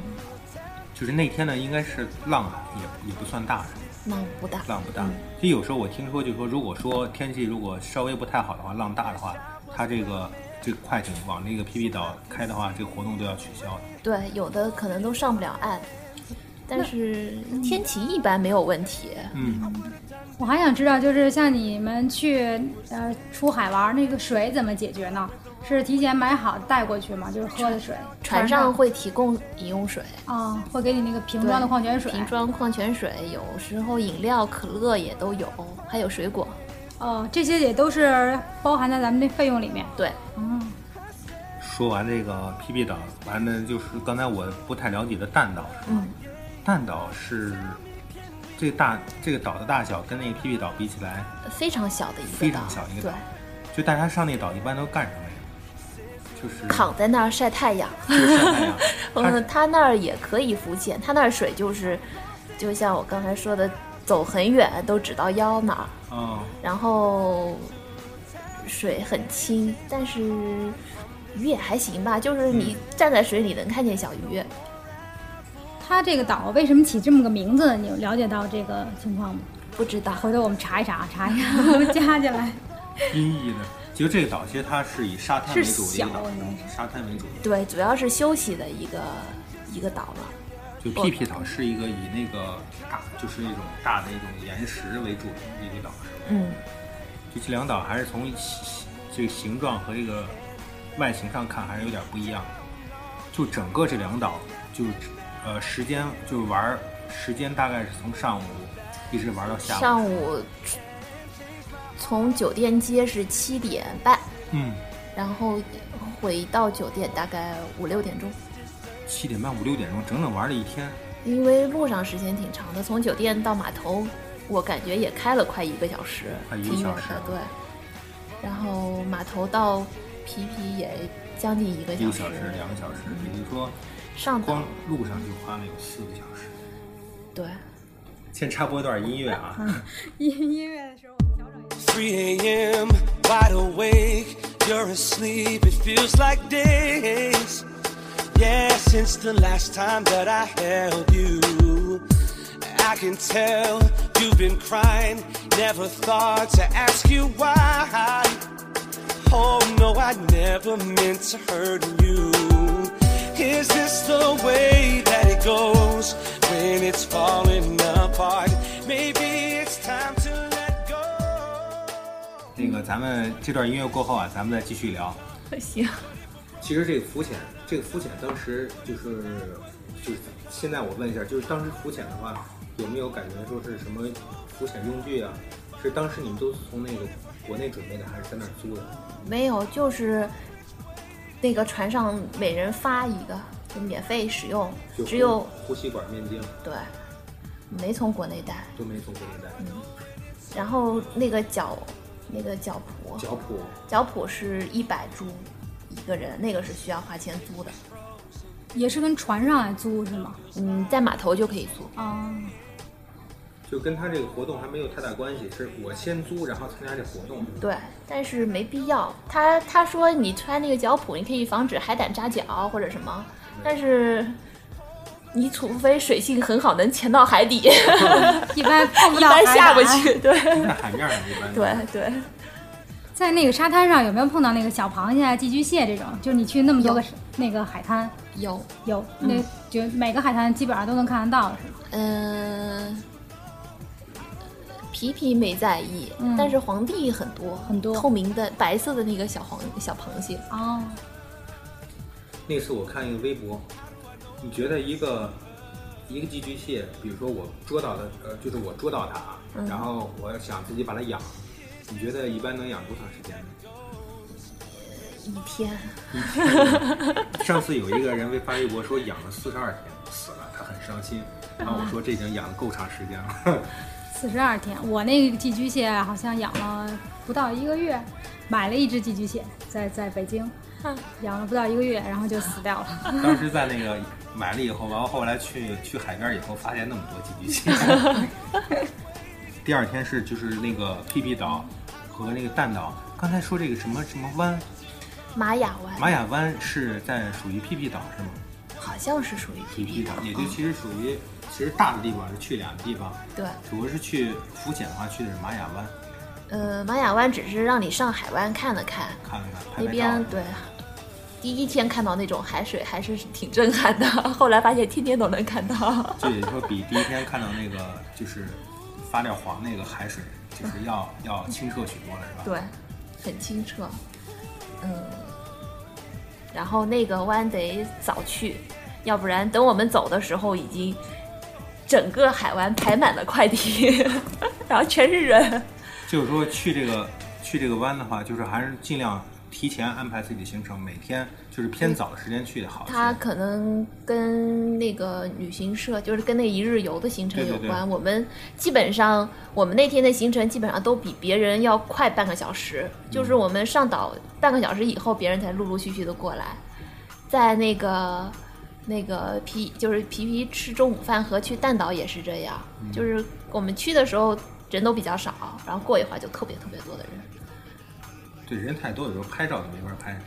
Speaker 8: 就是那天呢应该是浪啊，也也不算大，
Speaker 9: 那不大。嗯
Speaker 8: 浪不大。所以有时候我听说，就说如果说天气如果稍微不太好的话，浪大的话，它这个这个快艇往那个 PP 岛开的话，这个活动都要取消的。
Speaker 9: 对，有的可能都上不了岸，但是天气一般没有问题。
Speaker 8: 嗯，
Speaker 3: 我还想知道，就是像你们去呃出海玩儿，那个水怎么解决呢？是提前买好带过去吗？就是喝的水，
Speaker 9: 船上会提供饮用水，
Speaker 3: 啊、会给你那个瓶装的矿泉水，
Speaker 9: 瓶装矿泉水，有时候饮料、可乐也都有，还有水果。
Speaker 3: 哦，这些也都是包含在咱们这费用里面。
Speaker 9: 对，
Speaker 3: 嗯，
Speaker 8: 说完这个 PP 岛，完了就是刚才我不太了解的弹岛，
Speaker 9: 嗯，
Speaker 8: 弹岛是这个大这个岛的大小跟那个 PP 岛比起来，
Speaker 9: 非常小的一个岛，
Speaker 8: 非常小一个岛
Speaker 9: 对，
Speaker 8: 就大家上那岛一般都干什么呀？就是
Speaker 9: 躺在那儿晒太阳。
Speaker 8: 就是晒 太阳，
Speaker 9: 嗯，他那儿也可以浮潜，他那儿水就是，就像我刚才说的，走很远都只到腰那儿，
Speaker 8: 嗯，
Speaker 9: 然后水很清，但是鱼也还行吧，就是你
Speaker 8: 嗯
Speaker 9: 站在水里能看见小鱼。
Speaker 3: 它这个岛为什么起这么个名字？你有了解到这个情况吗？啊
Speaker 9: 不知道，
Speaker 3: 回头我们查一查，查一查， 我们加起来。
Speaker 8: 音译呢？其实这个岛其实它是以沙滩为主的一个
Speaker 3: 是
Speaker 8: 岛
Speaker 3: 小的，
Speaker 8: 沙滩为主的。
Speaker 9: 对，主要是休息的一个一个岛了。
Speaker 8: 就 PP 岛是一个以那个大，就是那种大的那种岩石为主的一个岛，
Speaker 9: 嗯，
Speaker 8: 就这两岛还是从其这个形状和这个外形上看还是有点不一样的。就整个这两岛，就是呃时间就是玩儿时间大概是从上午一直玩到下午。
Speaker 9: 上午从酒店街是七点半，
Speaker 8: 嗯，
Speaker 9: 然后回到酒店大概五六点钟。
Speaker 8: 七点半五六点钟整整玩了一天。
Speaker 9: 因为路上时间挺长的，从酒店到码头，我感觉也开了快一个小时，
Speaker 8: 快一个
Speaker 9: 挺远
Speaker 8: 小时
Speaker 9: 的，对。然后码头到皮皮也将近一个
Speaker 8: 一个
Speaker 9: 小
Speaker 8: 小时，两个小时，也就是说，
Speaker 9: 上岛
Speaker 8: 光路上就花了有四个小时。
Speaker 9: 对。
Speaker 8: 先插播一段音乐啊。
Speaker 9: 嗯
Speaker 3: 音音乐的时候，我们调整一下。
Speaker 10: 3 a.m. wide awake. You're asleep. It feels like days. Yeah, since the last time that I held you, I can tell you've been crying. Never thought to ask you why. Oh no, I never meant to hurt you. Is this the way that it goes when it's falling apart? Maybe it's time to let go.
Speaker 8: 那个，咱们这段音乐过后啊，咱们再继续聊。
Speaker 9: 行，
Speaker 8: 其实这个浮潜，这个浮潜当时就是就是现在我问一下，就是当时浮潜的话，有没有感觉说是什么浮潜用具啊？是当时你们都是从那个国内准备的，还是在那儿租的？
Speaker 9: 没有，就是那个船上每人发一个，就免费使用
Speaker 8: 就，
Speaker 9: 只有
Speaker 8: 呼吸管、面镜
Speaker 9: 对，没从国内带。
Speaker 8: 都没从国内
Speaker 9: 嗯
Speaker 8: 带，
Speaker 9: 然后那个脚，那个脚蹼，
Speaker 8: 脚蹼
Speaker 9: 脚蹼是一百铢一个人，那个是需要花钱租的。
Speaker 3: 也是跟船上来租是吗？
Speaker 9: 嗯，在码头就可以租。
Speaker 3: 啊、
Speaker 8: 就跟他这个活动还没有太大关系，是我先租，然后参加这活动。
Speaker 9: 对，但是没必要。他他说你穿那个脚蹼，你可以防止海胆扎脚或者什么，但是你除非水性很好，能潜到海底，
Speaker 3: 一般碰不
Speaker 9: 一
Speaker 3: 到
Speaker 9: 般
Speaker 3: 海
Speaker 9: 下 不
Speaker 3: 胆。
Speaker 9: 去。对
Speaker 8: 在海面上一般
Speaker 9: 对对，
Speaker 3: 在那个沙滩上有没有碰到那个小螃蟹、啊、寄居蟹这种？就是你去那么多个那个海滩，
Speaker 9: 有，
Speaker 3: 有那就每个海滩基本上都能看得到，是吗？
Speaker 9: 嗯、皮皮没在意，
Speaker 3: 嗯
Speaker 9: 但是皇帝很多
Speaker 3: 很多
Speaker 9: 透明的白色的那个小黄小螃蟹，
Speaker 3: 哦，
Speaker 8: 那次我看一个微博，你觉得一个一个寄居蟹，比如说我捉到的，呃，就是我捉到它啊，
Speaker 9: 嗯
Speaker 8: 然后我想自己把它养，你觉得一般能养多长时间呢？
Speaker 9: 一天，
Speaker 8: 上次有一个人微发微博说养了四十二天死了，他很伤心。然后我说这已经养了够长时间了，
Speaker 3: 四十二天，我那个寄居蟹好像养了不到一个月，买了一只寄居蟹，在在北京，
Speaker 9: 嗯
Speaker 3: 养了不到一个月，然后就死掉了。
Speaker 8: 当时在那个买了以后，然后后来去去海边以后，发现那么多寄居蟹。第二天是就是那个屁屁岛和那个蛋岛，刚才说这个什么什么湾，
Speaker 9: 玛雅湾
Speaker 8: 玛雅湾是在属于屁屁岛是吗？
Speaker 9: 好像是属于
Speaker 8: 皮
Speaker 9: P
Speaker 8: 皮
Speaker 9: P
Speaker 8: 岛
Speaker 9: 岛，，
Speaker 8: 也就其实属于其实大的地方是去俩地方，
Speaker 9: 对，
Speaker 8: 主要是去浮潜的话去的是玛雅湾
Speaker 9: 呃，玛雅湾只是让你上海湾看了看，
Speaker 8: 看了看拍拍照。
Speaker 9: 那边对，第一天看到那种海水还是挺震撼的， 后来发现天天都能看到。
Speaker 8: 就也就说比第一天看到那个就是发亮黄那个海水，就是要要清澈许多了，是吧？
Speaker 9: 对，很清澈。嗯，然后那个湾得早去，要不然等我们走的时候，已经整个海湾排满了快艇， 然后全是人。
Speaker 8: 就是说去这个去这个湾的话，就是还是尽量提前安排自己的行程，每天就是偏早的时间去好一些。
Speaker 9: 它可能跟那个旅行社，就是跟那一日游的行程有关。
Speaker 8: 对对对
Speaker 9: 我们基本上，我们那天的行程基本上都比别人要快半个小时，
Speaker 8: 嗯
Speaker 9: 就是我们上岛半个小时以后，别人才陆陆续续的过来。在那个那个皮，就是皮皮吃中午饭和去蛋岛也是这样，
Speaker 8: 嗯
Speaker 9: 就是我们去的时候人都比较少，然后过一会儿就特别特别多的人。
Speaker 8: 对人太多，有时候拍照都没法拍，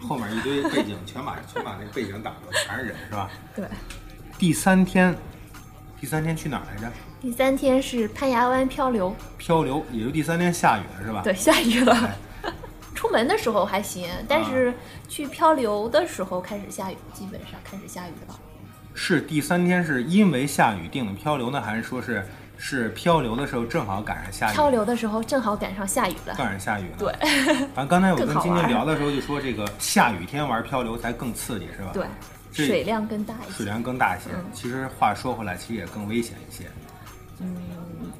Speaker 8: 后面一堆背景全把全把那背景挡住，全是人，是吧？
Speaker 9: 对。
Speaker 8: 第三天，第三天去哪儿来着？
Speaker 9: 第三天是攀崖湾漂流，
Speaker 8: 漂流，也就第三天下雨了，是吧？
Speaker 9: 对，。下雨了。
Speaker 8: 啊哎， 啊
Speaker 9: 出门的时候还行，但是去漂流的时候开始下雨，基本上开始下雨了。
Speaker 8: 是第三天是因为下雨定的漂流呢，还是说是是漂流的时候正好赶上下雨？
Speaker 9: 漂流的时候正好赶上下雨了，
Speaker 8: 赶上下雨了。
Speaker 9: 对。
Speaker 8: 反正刚才我跟
Speaker 9: 更好
Speaker 8: 晶晶
Speaker 9: 玩
Speaker 8: 聊的时候就说，这个下雨天玩漂流才更刺激，是吧？
Speaker 9: 对，
Speaker 8: 这
Speaker 9: 水量更大一
Speaker 8: 水
Speaker 9: 些。
Speaker 8: 量更大一些。
Speaker 9: 嗯
Speaker 8: 其实话说回来，其实也更危险一些。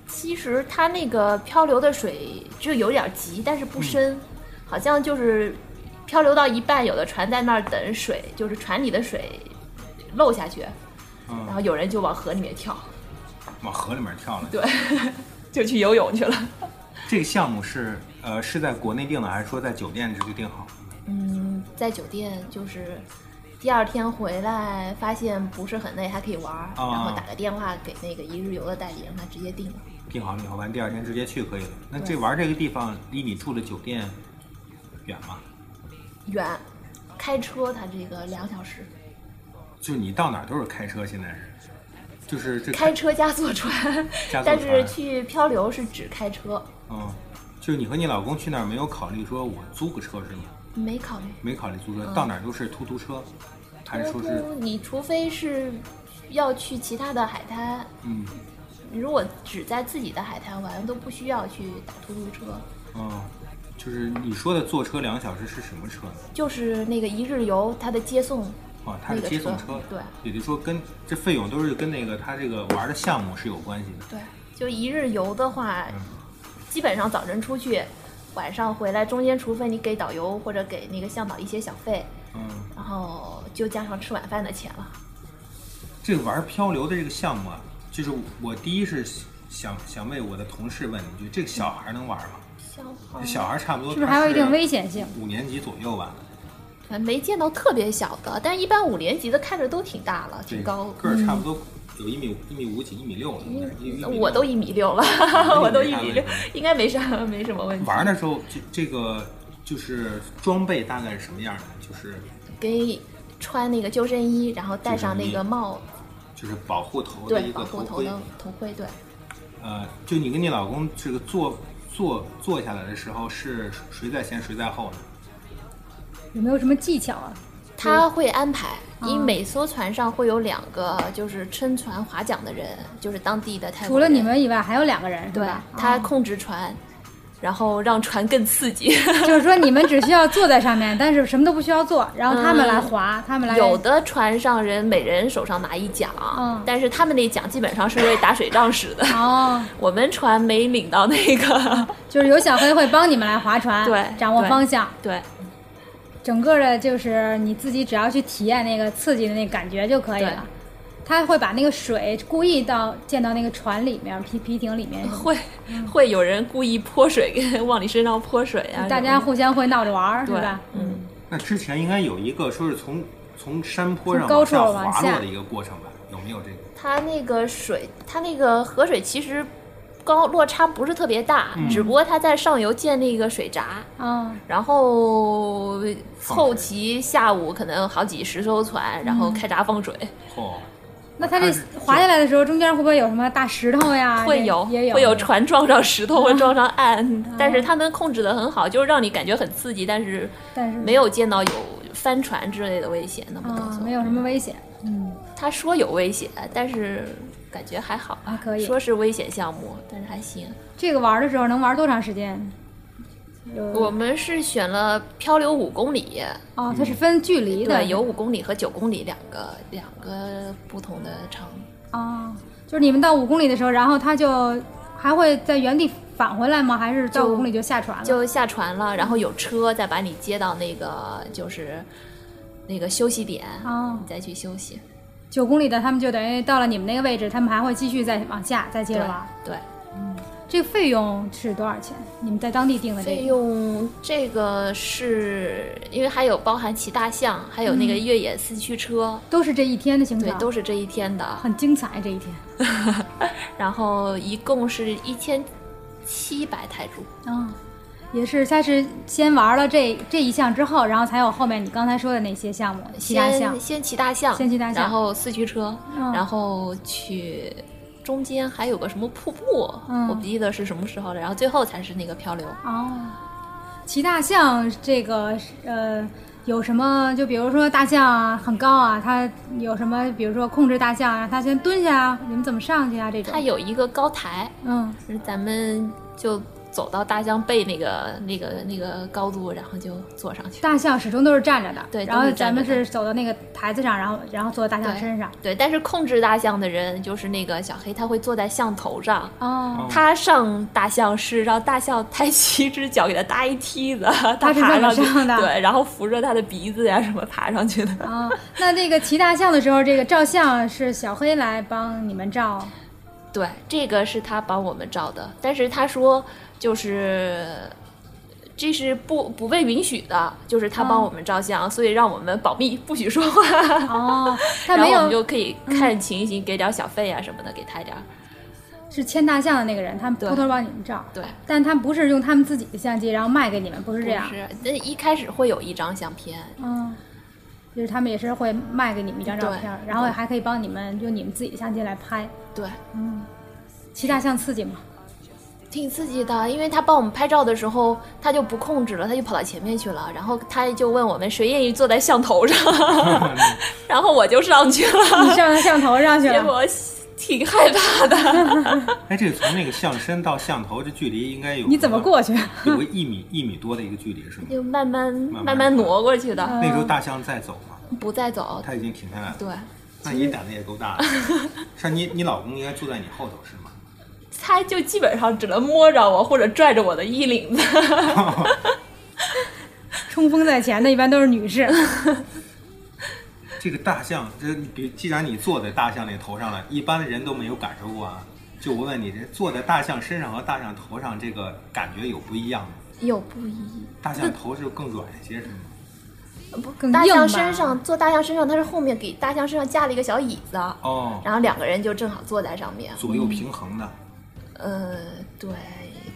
Speaker 9: 其实它那个漂流的水就有点急，但是
Speaker 8: 嗯
Speaker 9: 不深，好像就是漂流到一半，有的船在那儿等水，就是船里的水漏下去，
Speaker 8: 嗯
Speaker 9: 然后有人就往河里面跳，
Speaker 8: 往河里面跳了。
Speaker 9: 对， 就去游泳去了。
Speaker 8: 这个项目是呃是在国内定的，还是说在酒店这就定好？
Speaker 9: 嗯，在酒店就是第二天回来发现不是很累，还可以玩儿，
Speaker 8: 啊
Speaker 9: 然后打个电话给那个一日游的代理，让他直接定了。
Speaker 8: 定好了以后，完第二天直接去可以了。那
Speaker 9: 对
Speaker 8: 这玩这个地方离你住的酒店远吗？
Speaker 9: 远，开车他这个两小时，
Speaker 8: 就是你到哪儿都是开车，现在是，就是这
Speaker 9: 开车加坐船，
Speaker 8: 加坐船
Speaker 9: 但是去漂流是只开车，
Speaker 8: 嗯，就是你和你老公去那儿没有考虑说我租个车是吗？
Speaker 9: 没考虑。
Speaker 8: 没考虑租车，
Speaker 9: 嗯
Speaker 8: 到哪儿都是突突车，还是说是
Speaker 9: 不你除非是要去其他的海滩，
Speaker 8: 嗯
Speaker 9: 如果只在自己的海滩玩，都不需要去打出租车。
Speaker 8: 嗯，就是你说的坐车两小时是什么车呢？
Speaker 9: 就是那个一日游，它的接送
Speaker 8: 哦，它是接送
Speaker 9: 那
Speaker 8: 车
Speaker 9: 个车，对
Speaker 8: 也就是说跟这费用都是跟那个它这个玩的项目是有关系的。
Speaker 9: 对，就一日游的话，
Speaker 8: 嗯
Speaker 9: 基本上早晨出去，晚上回来，中间除非你给导游或者给那个向导一些小费，
Speaker 8: 嗯，
Speaker 9: 然后就加上吃晚饭的钱了。
Speaker 8: 这个玩漂流的这个项目啊，就是我第一是想想为我的同事问一句，这个小孩能玩吗？
Speaker 9: 小
Speaker 8: 这小孩差不多
Speaker 3: 是不是还有一定危险性？
Speaker 8: 五年级左右吧，
Speaker 9: 孩呃没见到特别小的，但一般五年级的看着都挺大了，
Speaker 8: 对
Speaker 9: 挺高，
Speaker 8: 个儿差不多有一米一米五几、一米六了，应该是一米
Speaker 9: 我都
Speaker 8: 六
Speaker 9: 一米六了，我都一米六，应该没啥没什么问题。
Speaker 8: 玩的时候，这这个就是装备大概是什么样的？就是
Speaker 9: 给穿那个救生衣，然后戴上那
Speaker 8: 救
Speaker 9: 个
Speaker 8: 生衣
Speaker 9: 帽，
Speaker 8: 就是保护头的
Speaker 9: 对，
Speaker 8: 一个
Speaker 9: 保护
Speaker 8: 头
Speaker 9: 头
Speaker 8: 盔，
Speaker 9: 的头盔，对。
Speaker 8: 呃，就你跟你老公这个坐坐坐下来的时候，是谁在前谁在后呢？
Speaker 3: 有没有什么技巧啊？
Speaker 9: 他会安排，
Speaker 3: 嗯
Speaker 9: 因为每艘船上会有两个就是撑船划桨的人，就是当地的泰国人
Speaker 3: 除了你，们以外，还有两个人，是
Speaker 9: 对
Speaker 3: 吧？，
Speaker 9: 他控制船，然后让船更刺激。
Speaker 3: 就是说你们只需要坐在上面，但是什么都不需要做，然后他们来划，他们 来
Speaker 9: 有的船上人每人手上拿一桨，
Speaker 3: 嗯
Speaker 9: 但是他们那桨基本上是为打水仗使的。
Speaker 3: 哦，
Speaker 9: 我们船没领到那个，
Speaker 3: 就是有小黑会帮你们来划船，
Speaker 9: 对
Speaker 3: 掌握
Speaker 9: 对
Speaker 3: 方向。
Speaker 9: 对，
Speaker 3: 整个的就是你自己只要去体验那个刺激的那感觉就可以了。他会把那个水故意到溅到那个船里面、皮皮艇里面什么的，
Speaker 9: 会会有人故意泼水往你身上泼水啊，
Speaker 3: 大家互相会闹着玩儿，是
Speaker 9: 对
Speaker 3: 吧？
Speaker 9: 嗯，
Speaker 8: 那之前应该有一个说是从从山坡
Speaker 3: 从
Speaker 8: 上
Speaker 3: 高
Speaker 8: 往
Speaker 3: 处
Speaker 8: 上
Speaker 3: 往
Speaker 8: 滑
Speaker 3: 下
Speaker 8: 落的一个过程吧，有没有这个？
Speaker 9: 它那个水，它那个河水其实高落差不是特别大，只不过它在上游建那个水闸，
Speaker 3: 嗯，
Speaker 9: 然后凑齐下午可能好几十艘
Speaker 3: 嗯
Speaker 9: 船，然后开闸放水，
Speaker 8: 哦，
Speaker 3: 那他这滑下来的时候，中间会不会有什么大石头呀？
Speaker 9: 会
Speaker 3: 这
Speaker 9: 有
Speaker 3: 啊也有啊
Speaker 9: 会有船撞上 石头，会撞上岸，但是它能控制的很好，就是让你感觉很刺激，但是
Speaker 3: 但是
Speaker 9: 没有见到有帆船之类的危险。那么
Speaker 3: 啊
Speaker 9: 动，作
Speaker 3: 没有什么危险。
Speaker 9: 他说有危险，但是感觉还好吧
Speaker 3: 还，啊可以
Speaker 9: 说是危险项目，但是还行。
Speaker 3: 这个玩儿的时候能玩多长时间？有
Speaker 9: 我们是选了漂流五公里，
Speaker 3: 哦，它是分距离的，
Speaker 9: 对，有五公里和九公里两个两个不同的长。
Speaker 3: 哦，就是你们到五公里的时候，然后他就还会在原地返回来吗？还是到
Speaker 9: 就
Speaker 3: 五公里就下船了？
Speaker 9: 就下船了，然后有车再把你接到那个就是那个休息点，
Speaker 3: 哦
Speaker 9: 你再去休息。
Speaker 3: 九公里的，他们就等于到了你们那个位置，他们还会继续再往下再接着玩。
Speaker 9: 对，
Speaker 3: 这费用是多少钱？你们在当地定的这
Speaker 9: 费
Speaker 3: 个？
Speaker 9: 用这个是因为还有包含骑大象，还有那个越野四驱车，
Speaker 3: 都是这一天的行程，
Speaker 9: 对，都
Speaker 3: 是
Speaker 9: 是这一天的。
Speaker 3: 很精彩啊这一天。
Speaker 9: 然后一共是一千七百泰铢。
Speaker 3: 啊、也是，他是先玩了这这一项之后，然后才有后面你刚才说的那些项目，其他项
Speaker 9: 先。先骑大象，
Speaker 3: 先骑大象
Speaker 9: 然后四驱车，
Speaker 3: 嗯
Speaker 9: 然后去中间还有个什么瀑布，
Speaker 3: 嗯
Speaker 9: 我不记得是什么时候了。然后最后才是那个漂流。
Speaker 3: 哦，骑大象这个呃有什么？就比如说大象啊很高啊，它有什么？比如说控制大象啊，让它先蹲下啊，你们怎么上去啊？这种
Speaker 9: 它有一个高台，
Speaker 3: 嗯
Speaker 9: 就是咱们就走到大象背那个那个那个高度，然后就坐上去。
Speaker 3: 大象始终都是站着的，
Speaker 9: 对
Speaker 3: 然
Speaker 9: 都
Speaker 3: 后
Speaker 9: 是
Speaker 3: 咱
Speaker 9: 站着
Speaker 3: 们
Speaker 9: 的
Speaker 3: 是走到那个台子上，然后然后坐在大象
Speaker 9: 对
Speaker 3: 身上。
Speaker 9: 对，但是控制大象的人就是那个小黑，他会坐在象头上。
Speaker 3: 哦，
Speaker 9: 他上大象是让大象抬起一只脚给他搭一梯子，他
Speaker 3: 是
Speaker 9: 爬
Speaker 3: 这么
Speaker 9: 上去，
Speaker 3: 上的
Speaker 9: 对，然后扶着他的鼻子呀什么爬上去的。
Speaker 3: 啊、那那个骑大象的时候，这个照相是小黑来帮你们照，
Speaker 9: 对，这个是他帮我们照的，但是他说就是这是不不被允许的，就是他帮我们照相，所以让我们保密，不许说话。
Speaker 3: 哦， 他
Speaker 9: 然后
Speaker 3: 没
Speaker 9: 我
Speaker 3: 有
Speaker 9: 们就可以看情形，给点小费啊什么的，给他一点儿。
Speaker 3: 是牵大象的那个人，他们
Speaker 9: 对
Speaker 3: 偷偷帮你们照，
Speaker 9: 对，
Speaker 3: 但他们不是用他们自己的相机，然后卖给你们，不是
Speaker 9: 不
Speaker 3: 这样，
Speaker 9: 是，那一开始会有一张相片，
Speaker 3: 嗯，就是他们也是会卖给你们一张照片，
Speaker 9: 对
Speaker 3: 然后还可以帮你们用你们自己的相机来拍，
Speaker 9: 对，
Speaker 3: 骑大象刺激 吗？
Speaker 9: 挺刺激的，因为他帮我们拍照的时候，他就不控制了，他就跑到前面去了，然后他就问我们谁愿意坐在象头上，然后我就上去
Speaker 3: 你
Speaker 9: 了，
Speaker 3: 上到象头上去
Speaker 9: 结
Speaker 3: 了，
Speaker 9: 果挺害怕的，
Speaker 8: 哎，这从那个象身到象头这距离应该有
Speaker 3: 你怎么
Speaker 8: 个
Speaker 3: 过？去？ 呃
Speaker 8: 有个一米一米多的一个距离是吗？
Speaker 9: 就慢慢
Speaker 8: 慢
Speaker 9: 慢慢挪过去的，
Speaker 8: 那时候大象在走嘛，
Speaker 9: 不再走，
Speaker 8: 它已经停下来了。
Speaker 9: 对，
Speaker 8: 那你胆子也够大 的。是你你老公应该坐在你后头是吗？
Speaker 9: 他就基本上只能摸着我或者拽着我的衣领子，
Speaker 3: 冲锋在前的一般都是女 士，
Speaker 8: 这个大象，这你比既然你坐在大象那头上了，一般的人都没有感受过啊。就我问你，这坐在大象身上和大象头上，这个感觉有不一样吗？
Speaker 9: 有不一，
Speaker 8: 大象头是更软一些是吗？
Speaker 3: 更
Speaker 9: 大
Speaker 3: 硬吧
Speaker 9: 象身上坐大象身上，他是后面给大象身上架了一个小椅子，
Speaker 8: 哦，
Speaker 9: 然后两个人就正好坐在上面，
Speaker 8: 左右平衡的
Speaker 9: 呃，对，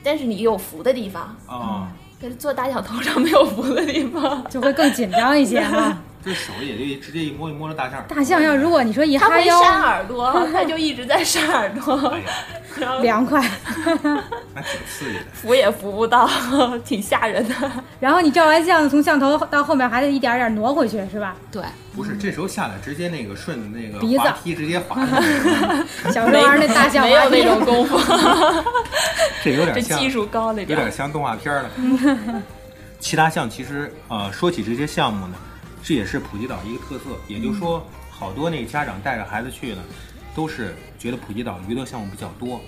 Speaker 9: 但是你有扶的地方，
Speaker 8: 哦，
Speaker 9: 可是坐大象头上没有扶的地方。
Speaker 3: 就会更紧张一些哈。
Speaker 8: 这手也就一直接一摸一摸着大象耳朵。
Speaker 3: 大象要如果你说一
Speaker 9: 他
Speaker 3: 哈
Speaker 9: 会
Speaker 3: 腰，
Speaker 9: 扇啊耳朵，他就一直在扇耳朵
Speaker 8: 哎，呀，
Speaker 9: 然后
Speaker 3: 凉快。
Speaker 8: 那挺刺激的。
Speaker 9: 扶也扶不到， 挺吓人的。
Speaker 3: 然后你照完相，从象头到后面还得一点儿点儿挪回去， 是吧？
Speaker 9: 对，
Speaker 8: 不是，这时候下来直接那个顺着那个
Speaker 3: 鼻子
Speaker 8: 滑梯直接 滑下来，嗯
Speaker 3: 小时候玩那大象
Speaker 9: 没有
Speaker 3: 滑
Speaker 9: 那
Speaker 3: 梯，
Speaker 9: 种功夫，
Speaker 8: 这有点
Speaker 9: 这
Speaker 8: 像
Speaker 9: 技术高了
Speaker 8: 有点
Speaker 9: 点。
Speaker 8: 像动画片儿了。骑大象其实呃，说起这些项目呢，这也是普吉岛一个特色。也就是说，好多那个家长带着孩子去呢，都是觉得普吉岛娱乐项目比较多，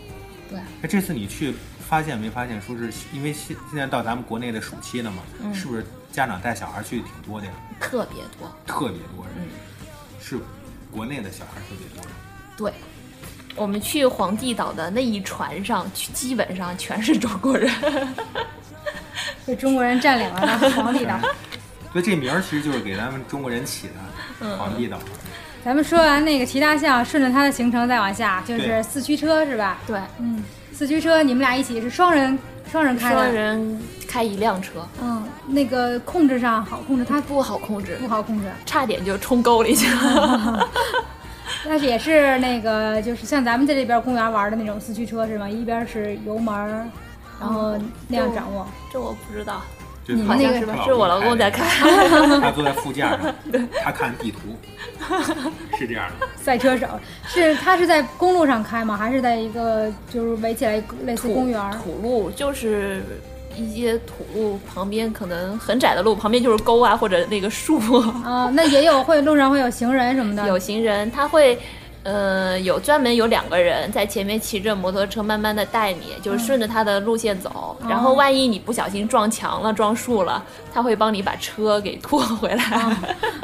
Speaker 3: 对，
Speaker 8: 那这次你去发现没发现，说是因为现现在到咱们国内的暑期了嘛，是不是家长带小孩去挺多的呀？
Speaker 9: 特别多。
Speaker 8: 特别多人，是国内的小孩特别多人。
Speaker 9: 对，我们去皇帝岛的那一船上，去基本上全是中国人。
Speaker 3: 被中国人占领了那皇帝岛。
Speaker 8: 所以这名儿其实就是给咱们中国人起的，皇帝岛。
Speaker 3: 咱们说完那个骑大象，顺着它的行程再往下，就
Speaker 8: 对
Speaker 3: 是四驱车是吧？
Speaker 9: 对，
Speaker 3: 嗯，四驱车你们俩一起是双人双人开的，
Speaker 9: 双人开一辆车，
Speaker 3: 嗯，那个控制上好控制，它
Speaker 9: 不好控制
Speaker 3: 不，好控制，
Speaker 9: 差点就冲沟里去 了。
Speaker 3: 但是也是那个就是像咱们在这边公园玩的那种四驱车是吗？一边是油门儿，然后
Speaker 9: 嗯
Speaker 3: 那样掌握。
Speaker 9: 这我不知道，
Speaker 8: 这是
Speaker 9: 好像
Speaker 8: 她
Speaker 9: 是吧？
Speaker 8: 老
Speaker 9: 是我老公在
Speaker 8: 开
Speaker 9: 开。
Speaker 8: 的，他坐在副驾 上，他看地图，是这样的。
Speaker 3: 赛车手是他是在公路上开吗？还是在一个就是围起来类似公园儿？
Speaker 9: 土路就是一些土路旁边可能很窄的路，旁边就是沟啊或者那个树，
Speaker 3: 啊，那也有会路上会有行人什么的。
Speaker 9: 有行人，他会。呃，有专门有两个人在前面骑着摩托车，慢慢的带你，就是顺着他的路线走。然后万一你不小心撞墙了、撞树了，他会帮你把车给拖回来。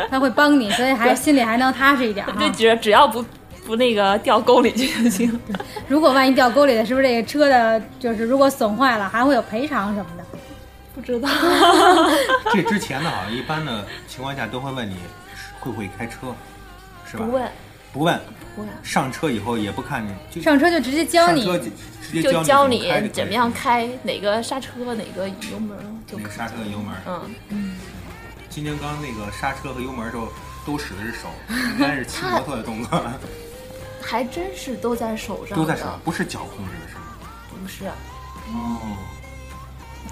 Speaker 3: 他会帮你，所以还心里还能踏实一点儿哈。啊
Speaker 9: 就只只要不不那个掉沟里去就行。
Speaker 3: 如果万一掉沟里了，是不是这个车的，就是如果损坏了，还会有赔偿什么的？
Speaker 9: 不知道，
Speaker 8: 这之前呢，好像一般的情况下都会问你会不会开车，是吧？
Speaker 9: 不 问，
Speaker 8: 不问，
Speaker 9: 不问。
Speaker 8: 上车以后也不看你，就
Speaker 3: 上车就直接教
Speaker 8: 上
Speaker 3: 你，
Speaker 8: 车就直接
Speaker 9: 就
Speaker 8: 教
Speaker 9: 教
Speaker 8: 你
Speaker 9: 你
Speaker 8: 开就可以
Speaker 9: 怎么样开，哪个刹车，哪个油门就
Speaker 8: 那
Speaker 9: 可
Speaker 8: 个
Speaker 9: 以
Speaker 8: 刹车和油门。
Speaker 9: 嗯，
Speaker 8: 金金刚那个刹车和油门的时 候都使的是手，应该是骑摩托的动作，
Speaker 9: 还真是都在手上，
Speaker 8: 都在手，上，，不是脚控制的是吗？
Speaker 9: 不是，嗯
Speaker 8: 哦，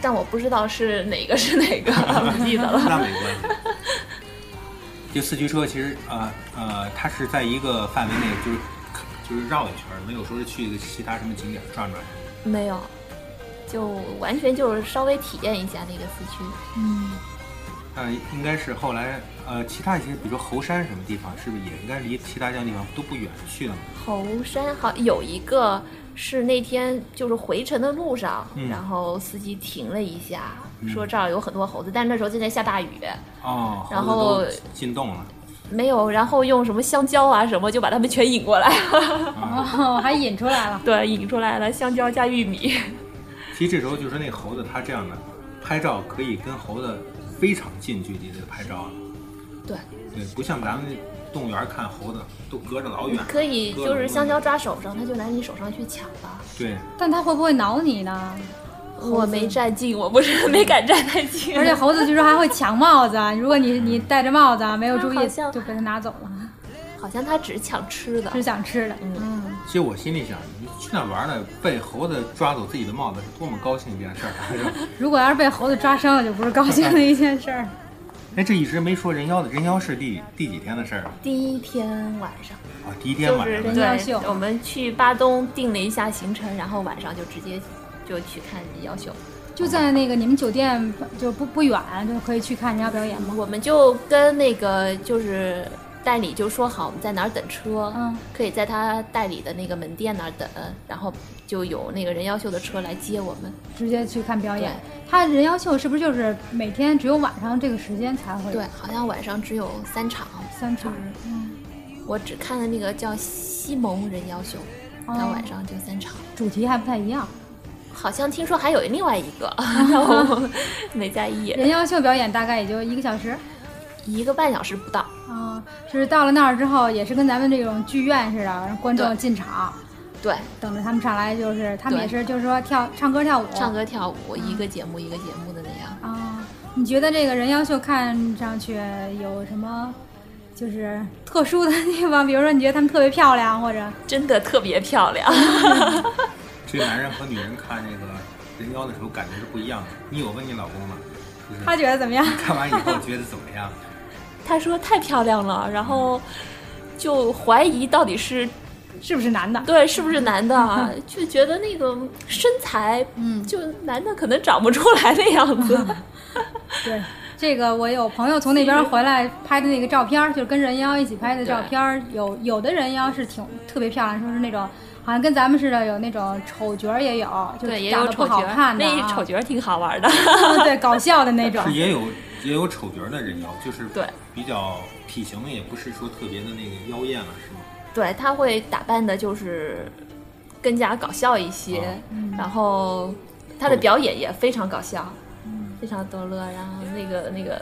Speaker 9: 但我不知道是哪个是哪个，不记得
Speaker 8: 那
Speaker 9: 了。
Speaker 8: 没关系。就四驱车其实呃呃，它是在一个范围内，就是就是绕一圈儿，没有说是去一个其他什么景点儿转转。
Speaker 9: 没有，就完全就是稍微体验一下那个四驱。
Speaker 8: 那呃应该是后来呃，其他一些比如说猴山什么地方，是不是也应该离其他这样地方都不远去了嘛？
Speaker 9: 猴山好有一个是那天就是回程的路上，
Speaker 8: 嗯
Speaker 9: 然后司机停了一下，说这儿有很多猴子，但那时候正在下大雨，
Speaker 8: 哦，
Speaker 9: 然
Speaker 8: 猴
Speaker 9: 后
Speaker 8: 子都进洞了，
Speaker 9: 没有，然后用什么香蕉啊什么就把它们全引过来了，
Speaker 3: 哦，还引出来了。
Speaker 9: 对，引出来了香蕉加玉米。
Speaker 8: 其实这时候就是那猴子它这样的拍照可以跟猴子非常近距离的拍照了，
Speaker 9: 对，
Speaker 8: 对，不像咱们动物园看猴子都隔着老远，
Speaker 9: 可以
Speaker 8: 嗯各种
Speaker 9: 就是香蕉抓手上，它就拿你手上去抢了。
Speaker 8: 对，
Speaker 3: 但他会不会挠你呢？
Speaker 9: 我没站近，我不是 没敢站太近，
Speaker 3: 而且猴子据说还会抢帽子，啊如果你你戴着帽子啊没有注
Speaker 9: 好
Speaker 3: 意，
Speaker 9: 像嗯
Speaker 3: 就被他拿走了，
Speaker 9: 好像它只抢吃的
Speaker 3: 只。想吃的。
Speaker 8: 其实我心里想，你去那玩了，被猴子抓走自己的帽子，是多么高兴一件 事儿！啊
Speaker 3: 如果要是被猴子抓伤了，就不是高兴的一件事儿。
Speaker 9: 嗯
Speaker 8: 哎，这一直没说人妖的人妖是第第几天的事儿啊？
Speaker 9: 第一天晚上，
Speaker 8: 啊，第一天
Speaker 9: 就
Speaker 8: 晚
Speaker 9: 是
Speaker 8: 上
Speaker 3: 人妖秀
Speaker 9: 对，我们去巴东定了一下行程，然后晚上就直接就去看人妖秀。
Speaker 3: 就在那个你们酒店就不不远就可以去看人家表演吗？
Speaker 9: 我们就跟那个就是代理就说好我们在哪儿等车，
Speaker 3: 嗯
Speaker 9: 可以在他代理的那个门店那儿等，然后就有那个人妖秀的车来接我们。
Speaker 3: 直接去看表演
Speaker 9: 对。
Speaker 3: 他人妖秀是不是就是每天只有晚上这个时间才会？
Speaker 9: 对，，好像晚上只有三场，
Speaker 3: 三嗯场。
Speaker 9: 我只看了那个叫西蒙人妖秀，
Speaker 3: 哦
Speaker 9: 到晚上就三场。
Speaker 3: 主题还不太一样。
Speaker 9: 好像听说还有另外一 个， 然后没在意，
Speaker 3: 人妖秀表演大概也就一个小时。
Speaker 9: 一个半小时不到。
Speaker 3: 啊、是到了那儿之后，也是跟咱们这种剧院似的，让观众
Speaker 9: 对
Speaker 3: 进场，
Speaker 9: 对，
Speaker 3: 等着他们上来，就是他们
Speaker 9: 对
Speaker 3: 也是就是说跳唱歌跳舞。
Speaker 9: 唱歌跳舞，一个节目一个节目的那样。
Speaker 3: 啊、你觉得这个人妖秀看上去有什么就是特殊的地方？比如说你觉得他们特别漂亮，或者
Speaker 9: 真的特别漂亮，嗯
Speaker 8: 这男人和女人看这个人妖的时候感觉是不一样的。你有问你老公吗？就是
Speaker 3: 他觉得怎么样？
Speaker 8: 看完以后觉得怎么样？
Speaker 9: 他说太漂亮了，然后就怀疑到底是
Speaker 3: 是不是男的？
Speaker 9: 对是不是男的 啊，就觉得那个身材，嗯，就男的可能长不出来那样子。
Speaker 3: 对，这个我有朋友从那边回来拍的那个照片儿，就是跟人妖一起拍的照片儿，有有的人妖是挺特别漂亮，说是那种好像跟咱们似的，有那种丑角儿也有，就
Speaker 9: 对，也
Speaker 3: 长
Speaker 9: 有
Speaker 3: 得不
Speaker 9: 丑
Speaker 3: 好
Speaker 9: 角
Speaker 3: 看
Speaker 9: 儿，
Speaker 3: 的、
Speaker 9: 那
Speaker 3: 啊，
Speaker 9: 丑角儿挺好玩的。
Speaker 3: 对，搞笑的那 种。
Speaker 8: 也有也有丑角的人妖，就是
Speaker 9: 对
Speaker 8: 比较体型也不是说特别的那个妖艳了，是吗？
Speaker 9: 对，他会打扮的就是更加搞笑一些，
Speaker 8: 哦
Speaker 9: 然后他的表演也非常搞笑，
Speaker 8: 嗯
Speaker 9: 非常逗乐。然后那个那个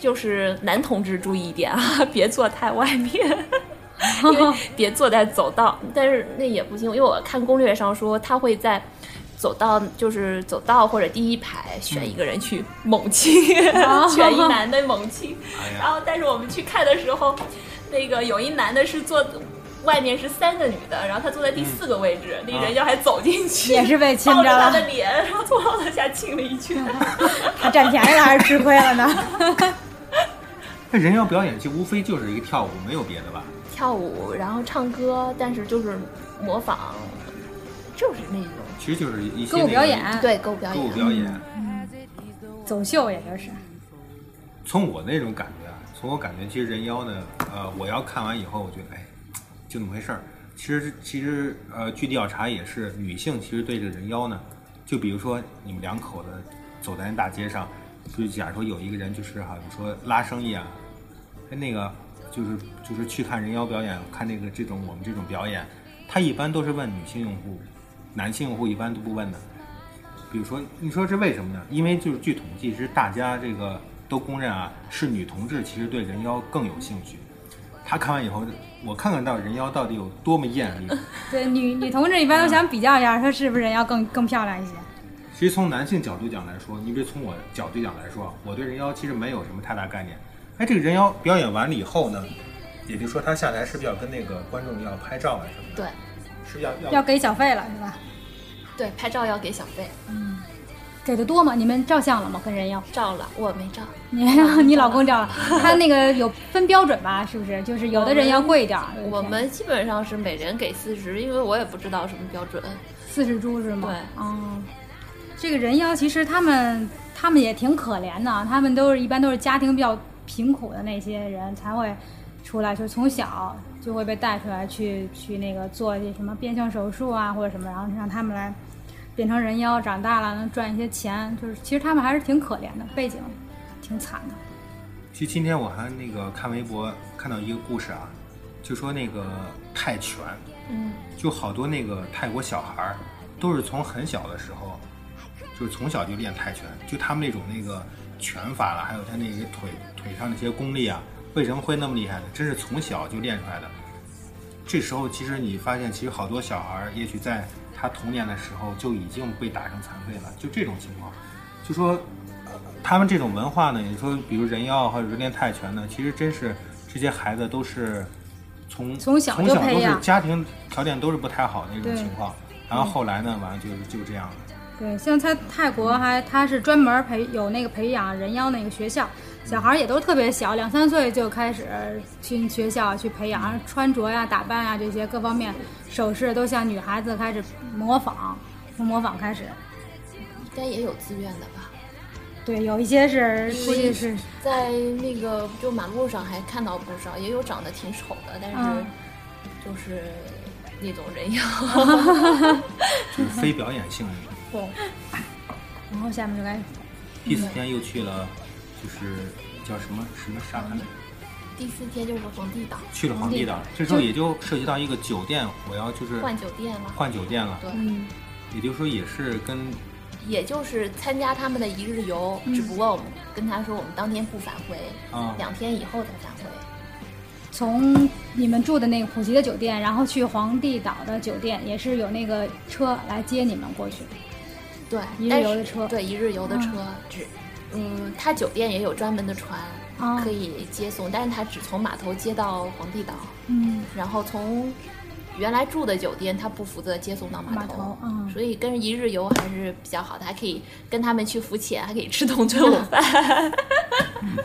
Speaker 9: 就是男同志注意一点啊，别坐太外 面。因为别坐在走道，但是那也不行，因为我看攻略上说他会在走道，就是走道或者第一排选一个人去猛亲， 选一男的猛亲，
Speaker 8: 哦哎
Speaker 9: 然
Speaker 8: 呀，
Speaker 9: 后，但是我们去看的时候，那个有一男的是坐外面是三个女的，然后他坐在第四个位置，那人妖还走进去，
Speaker 3: 也是被亲
Speaker 9: 抱
Speaker 3: 着
Speaker 9: 着他的
Speaker 3: 了，
Speaker 9: 脸，然后从后头下亲了一 圈。
Speaker 3: 他占便宜了还是吃亏了呢？
Speaker 8: 那人妖表演就无非就是一个跳舞，没有别的吧？
Speaker 9: 跳舞，然后唱歌，但是就是模仿，就是那种
Speaker 8: 其实就是一些
Speaker 3: 歌舞
Speaker 8: 那
Speaker 3: 表
Speaker 8: 个
Speaker 3: 演，
Speaker 9: 对 歌舞表
Speaker 8: 歌舞
Speaker 9: 演。
Speaker 8: 表演。
Speaker 3: 走秀也就是。
Speaker 8: 从我那种感觉，啊，从我感觉，其实人妖呢，呃，我要看完以后，我觉得哎，就那么回事儿。其实其实呃，据调查也是，女性其实对这个人妖呢，就比如说你们两口子走在大街上，就假如说有一个人就是好像说拉生意啊，哎那个就是就是去看人妖表演，看那个这种我们这种表演，他一般都是问女性用户，男性用户一般都不问的。比如说，你说这为什么呢？因为就是据统计，是大家这个都公认啊，是女同志其实对人妖更有兴趣。她看完以后，我看看到人妖到底有多么艳丽。
Speaker 3: 对，女女同志一般都想比较一下，她是不是人要更更漂亮一些？
Speaker 8: 其实从男性角度讲来说，你比如从我角度讲来说，啊我对人妖其实没有什么太大概念。哎，这个人妖表演完了以后呢，也就是说他下台是不是要跟那个观众要拍照啊什么的？
Speaker 9: 对
Speaker 8: 是不是要
Speaker 3: 要给小费了是吧？
Speaker 9: 对，拍照要给小费，
Speaker 3: 给的多吗？你们照相了吗？跟人要
Speaker 9: 照了我没照，
Speaker 3: 你 你老公照了，他那个有分标准吧？是不 是？就是有的人要贵一点儿，有的人
Speaker 9: 我们基本上是每人给四十，因为我也不知道什么标准。
Speaker 3: 四十株是吗？
Speaker 9: 对
Speaker 3: 哦，这个人妖其实他们他们也挺可怜的啊，他们都是一般都是家庭比较贫苦的那些人才会出来，就是从小就会被带出来去去那个做一些什么变性手术啊或者什么，然后让他们来变成人妖，长大了能赚一些钱，就是其实他们还是挺可怜的，背景挺惨的。
Speaker 8: 其实今天我还那个看微博看到一个故事啊，就说那个泰拳，
Speaker 9: 嗯，
Speaker 8: 就好多那个泰国小孩儿都是从很小的时候，就是从小就练泰拳，就他们那种那个拳法了，还有他那些腿腿上那些功力啊，为什么会那么厉害呢？真是从小就练出来的。这时候其实你发现，其实好多小孩儿也许在他童年的时候就已经被打成残废了，就这种情况，就说呃他们这种文化呢，你说比如人妖啊或者是练泰拳呢，其实真是这些孩子都是从
Speaker 3: 从小就
Speaker 8: 从小
Speaker 3: 培
Speaker 8: 都是
Speaker 3: 养
Speaker 8: 家庭条件都是不太好的那种
Speaker 3: 对
Speaker 8: 情况，然后后来呢，完了就是就这样
Speaker 9: 嗯
Speaker 8: 了。
Speaker 3: 对，像在泰国还他是专门培有那个培养人妖那个学校，小孩儿也都特别小，两三岁就开始去学校去培养穿着呀、打扮呀这些各方面，首饰都向女孩子开始模仿，从模仿开始。
Speaker 9: 应该也有自愿的吧？
Speaker 3: 对，有一些是估计是
Speaker 9: 在那个就马路上还看到不少，也有长得挺丑的，但是
Speaker 3: 嗯
Speaker 9: 就是那种人妖。
Speaker 8: 就是非表演性质。
Speaker 3: 对。然后下面就该
Speaker 8: 第四天又去了，就是叫什么什么沙滩，
Speaker 9: 第四天就是皇帝岛
Speaker 8: 去了皇帝岛。这时候也就涉及到一个酒店，我要就是
Speaker 9: 换酒店了，
Speaker 8: 换酒店了，
Speaker 9: 对，
Speaker 8: 也就是说也是跟
Speaker 9: 也就是参加他们的一日游，只不过我们跟他说我们当天不返回，
Speaker 8: 啊
Speaker 9: 两天以后再返回。
Speaker 3: 从你们住的那个普吉的酒店，然后去皇帝岛的酒店，也是有那个车来接你们过去。
Speaker 9: 对，
Speaker 3: 一日
Speaker 9: 但
Speaker 3: 游
Speaker 9: 是
Speaker 3: 的车
Speaker 9: 对一日游的车，只嗯，他酒店也有专门的船
Speaker 3: 啊
Speaker 9: 可以接送，但是他只从码头接到皇帝岛。
Speaker 3: 嗯，
Speaker 9: 然后从原来住的酒店，他不负责接送到码
Speaker 3: 码头嗯
Speaker 9: 所以跟一日游还是比较好的，还可以跟他们去浮潜，还可以吃铜雀午饭。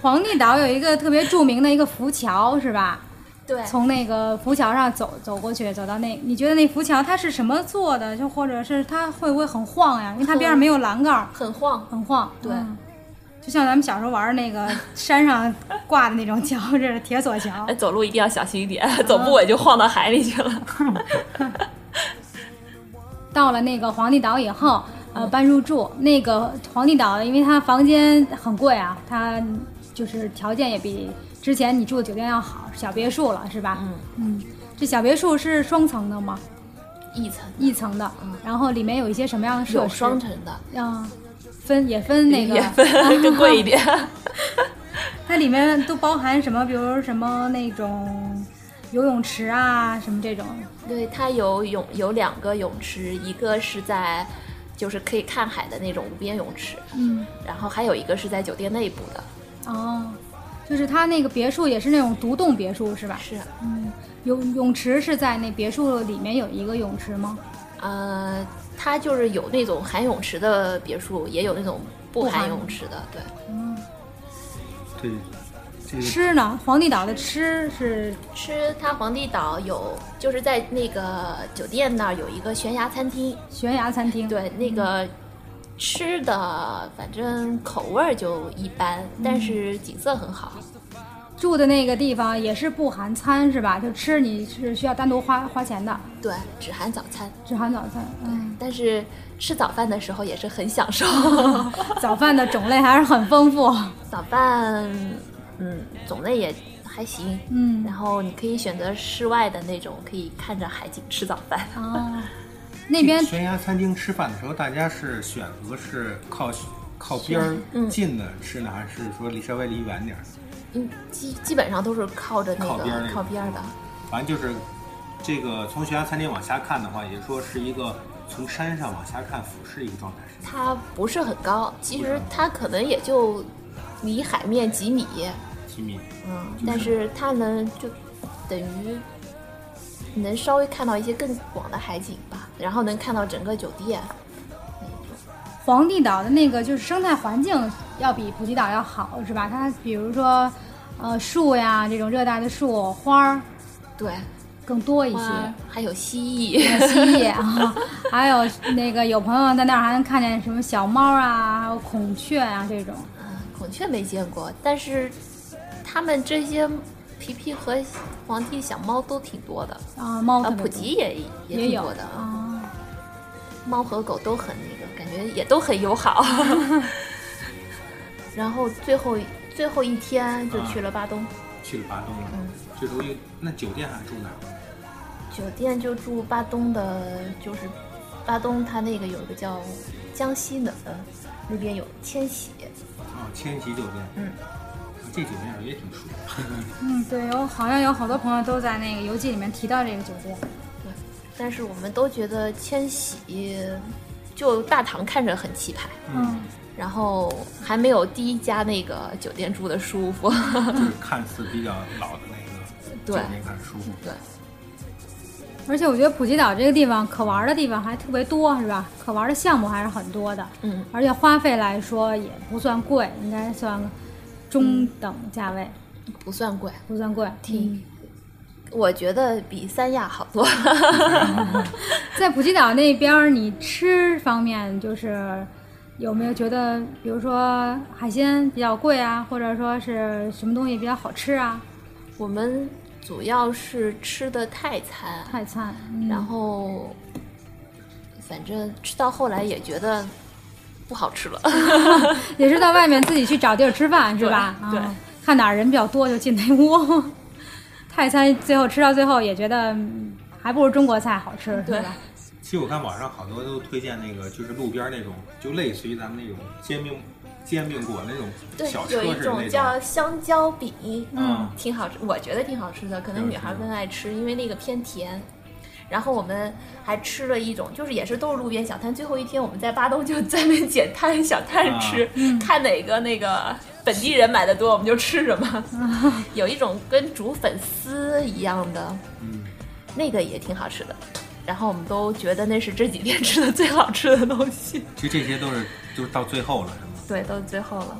Speaker 3: 皇帝岛有一个特别著名的一个浮桥，是吧？
Speaker 9: 对
Speaker 3: 从那个浮桥上走走过去，走到那，你觉得那浮桥它是什么做的？就或者是它会不会很晃呀？因为它边上没有栏杆儿，
Speaker 9: 很晃，
Speaker 3: 很晃。
Speaker 9: 对
Speaker 3: 嗯就像咱们小时候玩儿那个山上挂的那种桥似
Speaker 9: 哦
Speaker 3: 的，铁索桥
Speaker 9: 嗯哎，。走路一定要小心一点，走不稳就晃到海里去了。
Speaker 3: 到了那个皇帝岛以后，呃，搬入住。那个皇帝岛，因为它房间很贵啊，它就是条件也比之前你住的酒店要好，小别墅了是吧？
Speaker 9: 嗯
Speaker 3: 嗯，这小别墅是双层的吗？
Speaker 9: 一层
Speaker 3: 一层的，然后里面有一些什么样的设施？
Speaker 9: 有双层的，
Speaker 3: 嗯，分也分那个
Speaker 9: 也分更贵一点。
Speaker 3: 它里面都包含什么？比如什么那种游泳池啊，什么这种。
Speaker 9: 对，它有泳有两个泳池，一个是在就是可以看海的那种无边泳池，
Speaker 3: 嗯，
Speaker 9: 然后还有一个是在酒店内部的，
Speaker 3: 哦，就是它那个别墅也是那种独栋别墅是吧？
Speaker 9: 是啊
Speaker 3: 嗯，泳泳池是在那别墅里面有一个泳池吗？
Speaker 9: 呃，它就是有那种含泳池的别墅，也有那种不
Speaker 3: 不含
Speaker 9: 含泳池的，对。
Speaker 8: 对，这
Speaker 3: 嗯
Speaker 8: 个
Speaker 3: 吃呢？皇帝岛的吃是
Speaker 9: 吃它皇帝岛有，就是在那个酒店那儿有一个悬崖餐厅，
Speaker 3: 悬崖餐厅。，
Speaker 9: 对，那个吃的反正口味儿就一般，但是景色很好。
Speaker 3: 住的那个地方也是不含餐是吧？就吃你是需要单独花花钱的，
Speaker 9: 对，只含早餐，
Speaker 3: 只含早餐。嗯，
Speaker 9: 但是吃早饭的时候也是很享受。
Speaker 3: 早饭的种类还是很丰富。
Speaker 9: 早饭，嗯，种类也还行。
Speaker 3: 嗯，
Speaker 9: 然后你可以选择室外的那种，可以看着海景吃早饭。
Speaker 3: 啊，那边
Speaker 8: 悬崖餐厅吃饭的时候，大家是选择是靠靠边儿近的吃呢，还是说离稍微离远点儿？
Speaker 9: 嗯，基基本上都是靠着那
Speaker 8: 靠
Speaker 9: 个
Speaker 8: 边儿那个
Speaker 9: 靠边儿的。
Speaker 8: 反正就是这个从悬崖餐厅往下看的话，也说是一个从山上往下看俯视一个状态，是吗
Speaker 9: 它不是很高，其实它可能也就离海面几米，
Speaker 8: 几米。
Speaker 9: 嗯，
Speaker 8: 就是
Speaker 9: 但是它能就等于能稍微看到一些更广的海景吧，然后能看到整个酒店那一种。
Speaker 3: 皇帝岛的那个就是生态环境要比普吉岛要好，是吧？它比如说，呃，树呀，这种热带的树花儿
Speaker 9: 对，
Speaker 3: 更多一些，
Speaker 9: 花还有蜥蜴，
Speaker 3: 那蜥蜴啊， 还有那个有朋友在那儿还能看见什么小猫啊，还有孔雀啊这种。
Speaker 9: 嗯孔雀没见过，但是它们这些皮皮和皇帝小猫都挺多的，
Speaker 3: 啊，猫特
Speaker 9: 啊，
Speaker 3: 别多
Speaker 9: 普吉也也
Speaker 3: 也
Speaker 9: 挺
Speaker 3: 有
Speaker 9: 多的，
Speaker 3: 啊，
Speaker 9: 猫和狗都很那个，感觉也都很 友好。然后最后最后一天
Speaker 3: 啊
Speaker 9: 就去了巴东，
Speaker 8: 去了巴东了，
Speaker 9: 嗯
Speaker 8: 这属于那酒店还住哪儿？啊
Speaker 9: 酒店就住巴东的，就是巴东它那个有一个叫江西冷，那边有千禧，
Speaker 8: 哦，千禧酒店。
Speaker 9: 嗯
Speaker 8: 啊，这酒店也挺舒服。
Speaker 3: 嗯，对，有好像有好多朋友都在那个游记里面提到这个酒店。
Speaker 9: 但是我们都觉得千禧就大堂看着很气派，
Speaker 3: 嗯，
Speaker 9: 然后还没有第一家那个酒店住的舒 服。
Speaker 8: 就是看似比较老的那个酒
Speaker 9: 对
Speaker 8: 店，看着舒服。
Speaker 9: 对，
Speaker 3: 而且我觉得普吉岛这个地方可玩的地方还特别多，是吧？可玩的项目还是很多的。
Speaker 9: 嗯，
Speaker 3: 而且花费来说也不算贵，应该算中等价位，
Speaker 9: 不算贵，
Speaker 3: 不算贵。
Speaker 9: 挺，我觉得比三亚好多了。
Speaker 3: 在普吉岛那边儿，你吃方面就是有没有觉得，比如说海鲜比较贵啊，或者说是什么东西比较好吃啊？
Speaker 9: 我们主要是吃的泰餐，
Speaker 3: 快餐，嗯、
Speaker 9: 然后反正吃到后来也觉得不好吃了。
Speaker 3: 也是到外面自己去找地儿吃饭，是吧？
Speaker 9: 对
Speaker 3: 啊看哪儿人比较多就进哪屋。 泰餐最后吃到最后也觉得嗯还不如中国菜好吃，
Speaker 9: 对
Speaker 3: 是吧？
Speaker 8: 其实我看网上好多都推荐那个，就是路边那种，就类似于咱们那种煎饼煎饼果那种
Speaker 9: 对
Speaker 8: 小，车
Speaker 9: 有一
Speaker 8: 似的
Speaker 9: 种
Speaker 8: 那
Speaker 9: 叫香蕉饼，
Speaker 8: 嗯
Speaker 9: 挺好吃，我觉得挺好吃的，可能女孩更爱吃，因为那个偏甜。然后我们还吃了一种，就是也是都是路边小摊。最后一天我们在巴东就 专门捡摊小
Speaker 8: 啊
Speaker 9: 摊吃，看哪个那个本地人买的多，我们就吃什么。 有一种跟煮粉丝一样的，
Speaker 8: 嗯，
Speaker 9: 那个也挺好吃的。然后我们都觉得那是这几天吃的最好吃的东西。
Speaker 8: 其实这些都是就是到最后了，是吗？
Speaker 9: 对，都是最后了，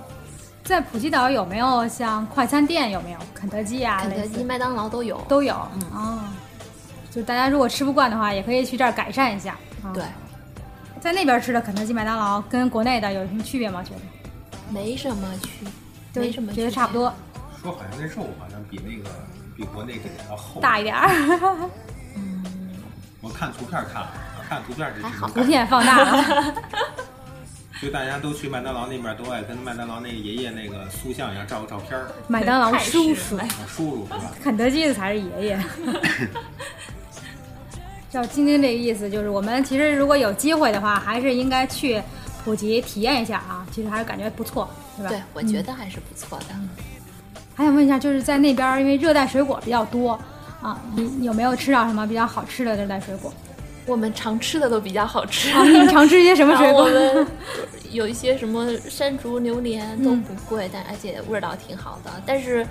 Speaker 3: 在普吉岛有没有像快餐店？有没有肯德基啊？
Speaker 9: 肯德
Speaker 3: 类
Speaker 9: 基、嗯
Speaker 3: 似
Speaker 9: 麦当劳都有。
Speaker 3: 都有。哦，就大家如果吃不惯的话，也可以去这儿改善一下。啊
Speaker 9: 对，，
Speaker 3: 在那边吃的肯德基、麦当劳跟国内的有什么区别吗？觉得
Speaker 9: 没什么区，
Speaker 3: 就
Speaker 9: 没什么区
Speaker 3: 觉
Speaker 9: 别，
Speaker 3: 得差不多，
Speaker 8: 说好像那肉好像比那个比国内给的要厚
Speaker 3: 大一点儿。
Speaker 8: 我看图片看了，看图片是这
Speaker 9: 还好
Speaker 8: 种
Speaker 3: 图
Speaker 8: 感觉，
Speaker 3: 片放大了，
Speaker 8: 就大家都去麦当劳那边都爱跟麦当劳那爷爷那个塑像一样照个照片儿，
Speaker 3: 麦当劳
Speaker 9: 太
Speaker 3: 叔
Speaker 9: 是
Speaker 3: 叔
Speaker 9: 了，
Speaker 8: 啊叔叔是吧？
Speaker 3: 肯德基的才是爷爷。 照晶晶这个意思就是，我们其实如果有机会的话，还是应该去普及体验一下啊。其实还是感觉不错，是吧？
Speaker 9: 对，我觉
Speaker 3: 嗯
Speaker 9: 得还是不错的。
Speaker 3: 还想问一下，就是在那边儿，因为热带水果比较多啊，你你有没有吃到什么比较好吃的热带水果？
Speaker 9: 我们常吃的都比较好吃，
Speaker 3: 啊，你常吃一些什么
Speaker 9: 然
Speaker 3: 水
Speaker 9: 后 我
Speaker 3: 果？
Speaker 9: 们有一些什么山竹、榴莲
Speaker 3: 嗯
Speaker 9: 都不贵，但而且味道挺好的。但是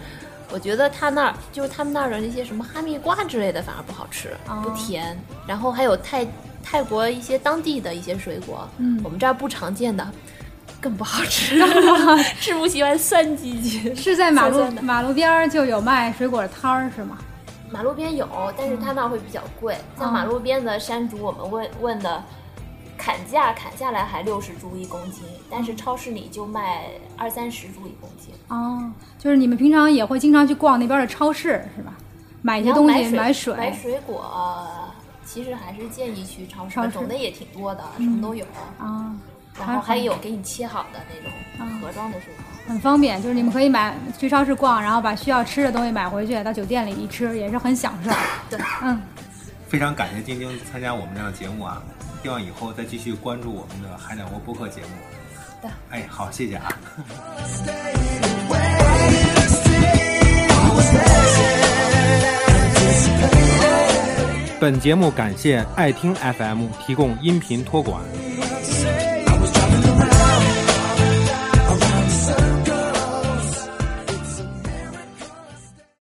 Speaker 9: 我觉得他那儿就是他们那儿的那些什么哈密瓜之类的反而不好吃，
Speaker 3: 哦
Speaker 9: 不甜。然后还有泰泰国一些当地的一些水果，
Speaker 3: 嗯
Speaker 9: 我们这儿不常见的。更不好 吃，吃不习惯酸唧 唧。
Speaker 3: 是在马路
Speaker 9: 酸酸的
Speaker 3: 马路边儿就有卖水果的摊儿是吗？
Speaker 9: 马路边有，
Speaker 3: 嗯
Speaker 9: 但是他那儿会比较贵。
Speaker 3: 哦
Speaker 9: 像马路边的山竹，我们问问的砍价砍下来还六十株一公斤，但是超市里就卖二三十株一公斤。
Speaker 3: 哦，就是你们平常也会经常去逛那边儿的超市是吧？买一些
Speaker 9: 然后
Speaker 3: 东西，
Speaker 9: 买水
Speaker 3: 买
Speaker 9: 买水果，其实还是建议去超市
Speaker 3: 超
Speaker 9: 吧，
Speaker 3: 市
Speaker 9: 种类也挺多的，什么都有。
Speaker 3: 啊，
Speaker 9: 然后还有给你切好的那种
Speaker 3: 嗯
Speaker 9: 盒装的水果。
Speaker 3: 很方便，就是你们可以买去超市逛，然后把需要吃的东西买回去，到酒店里一吃也是很享受。
Speaker 9: 对，
Speaker 3: 嗯，
Speaker 8: 非常感谢晶晶参加我们这样的节目啊，希望以后再继续关注我们的海鸟窝播客节目。
Speaker 9: 对，
Speaker 8: 哎，好，谢谢啊。本节目感谢爱听 FM 提供音频托管。
Speaker 10: Say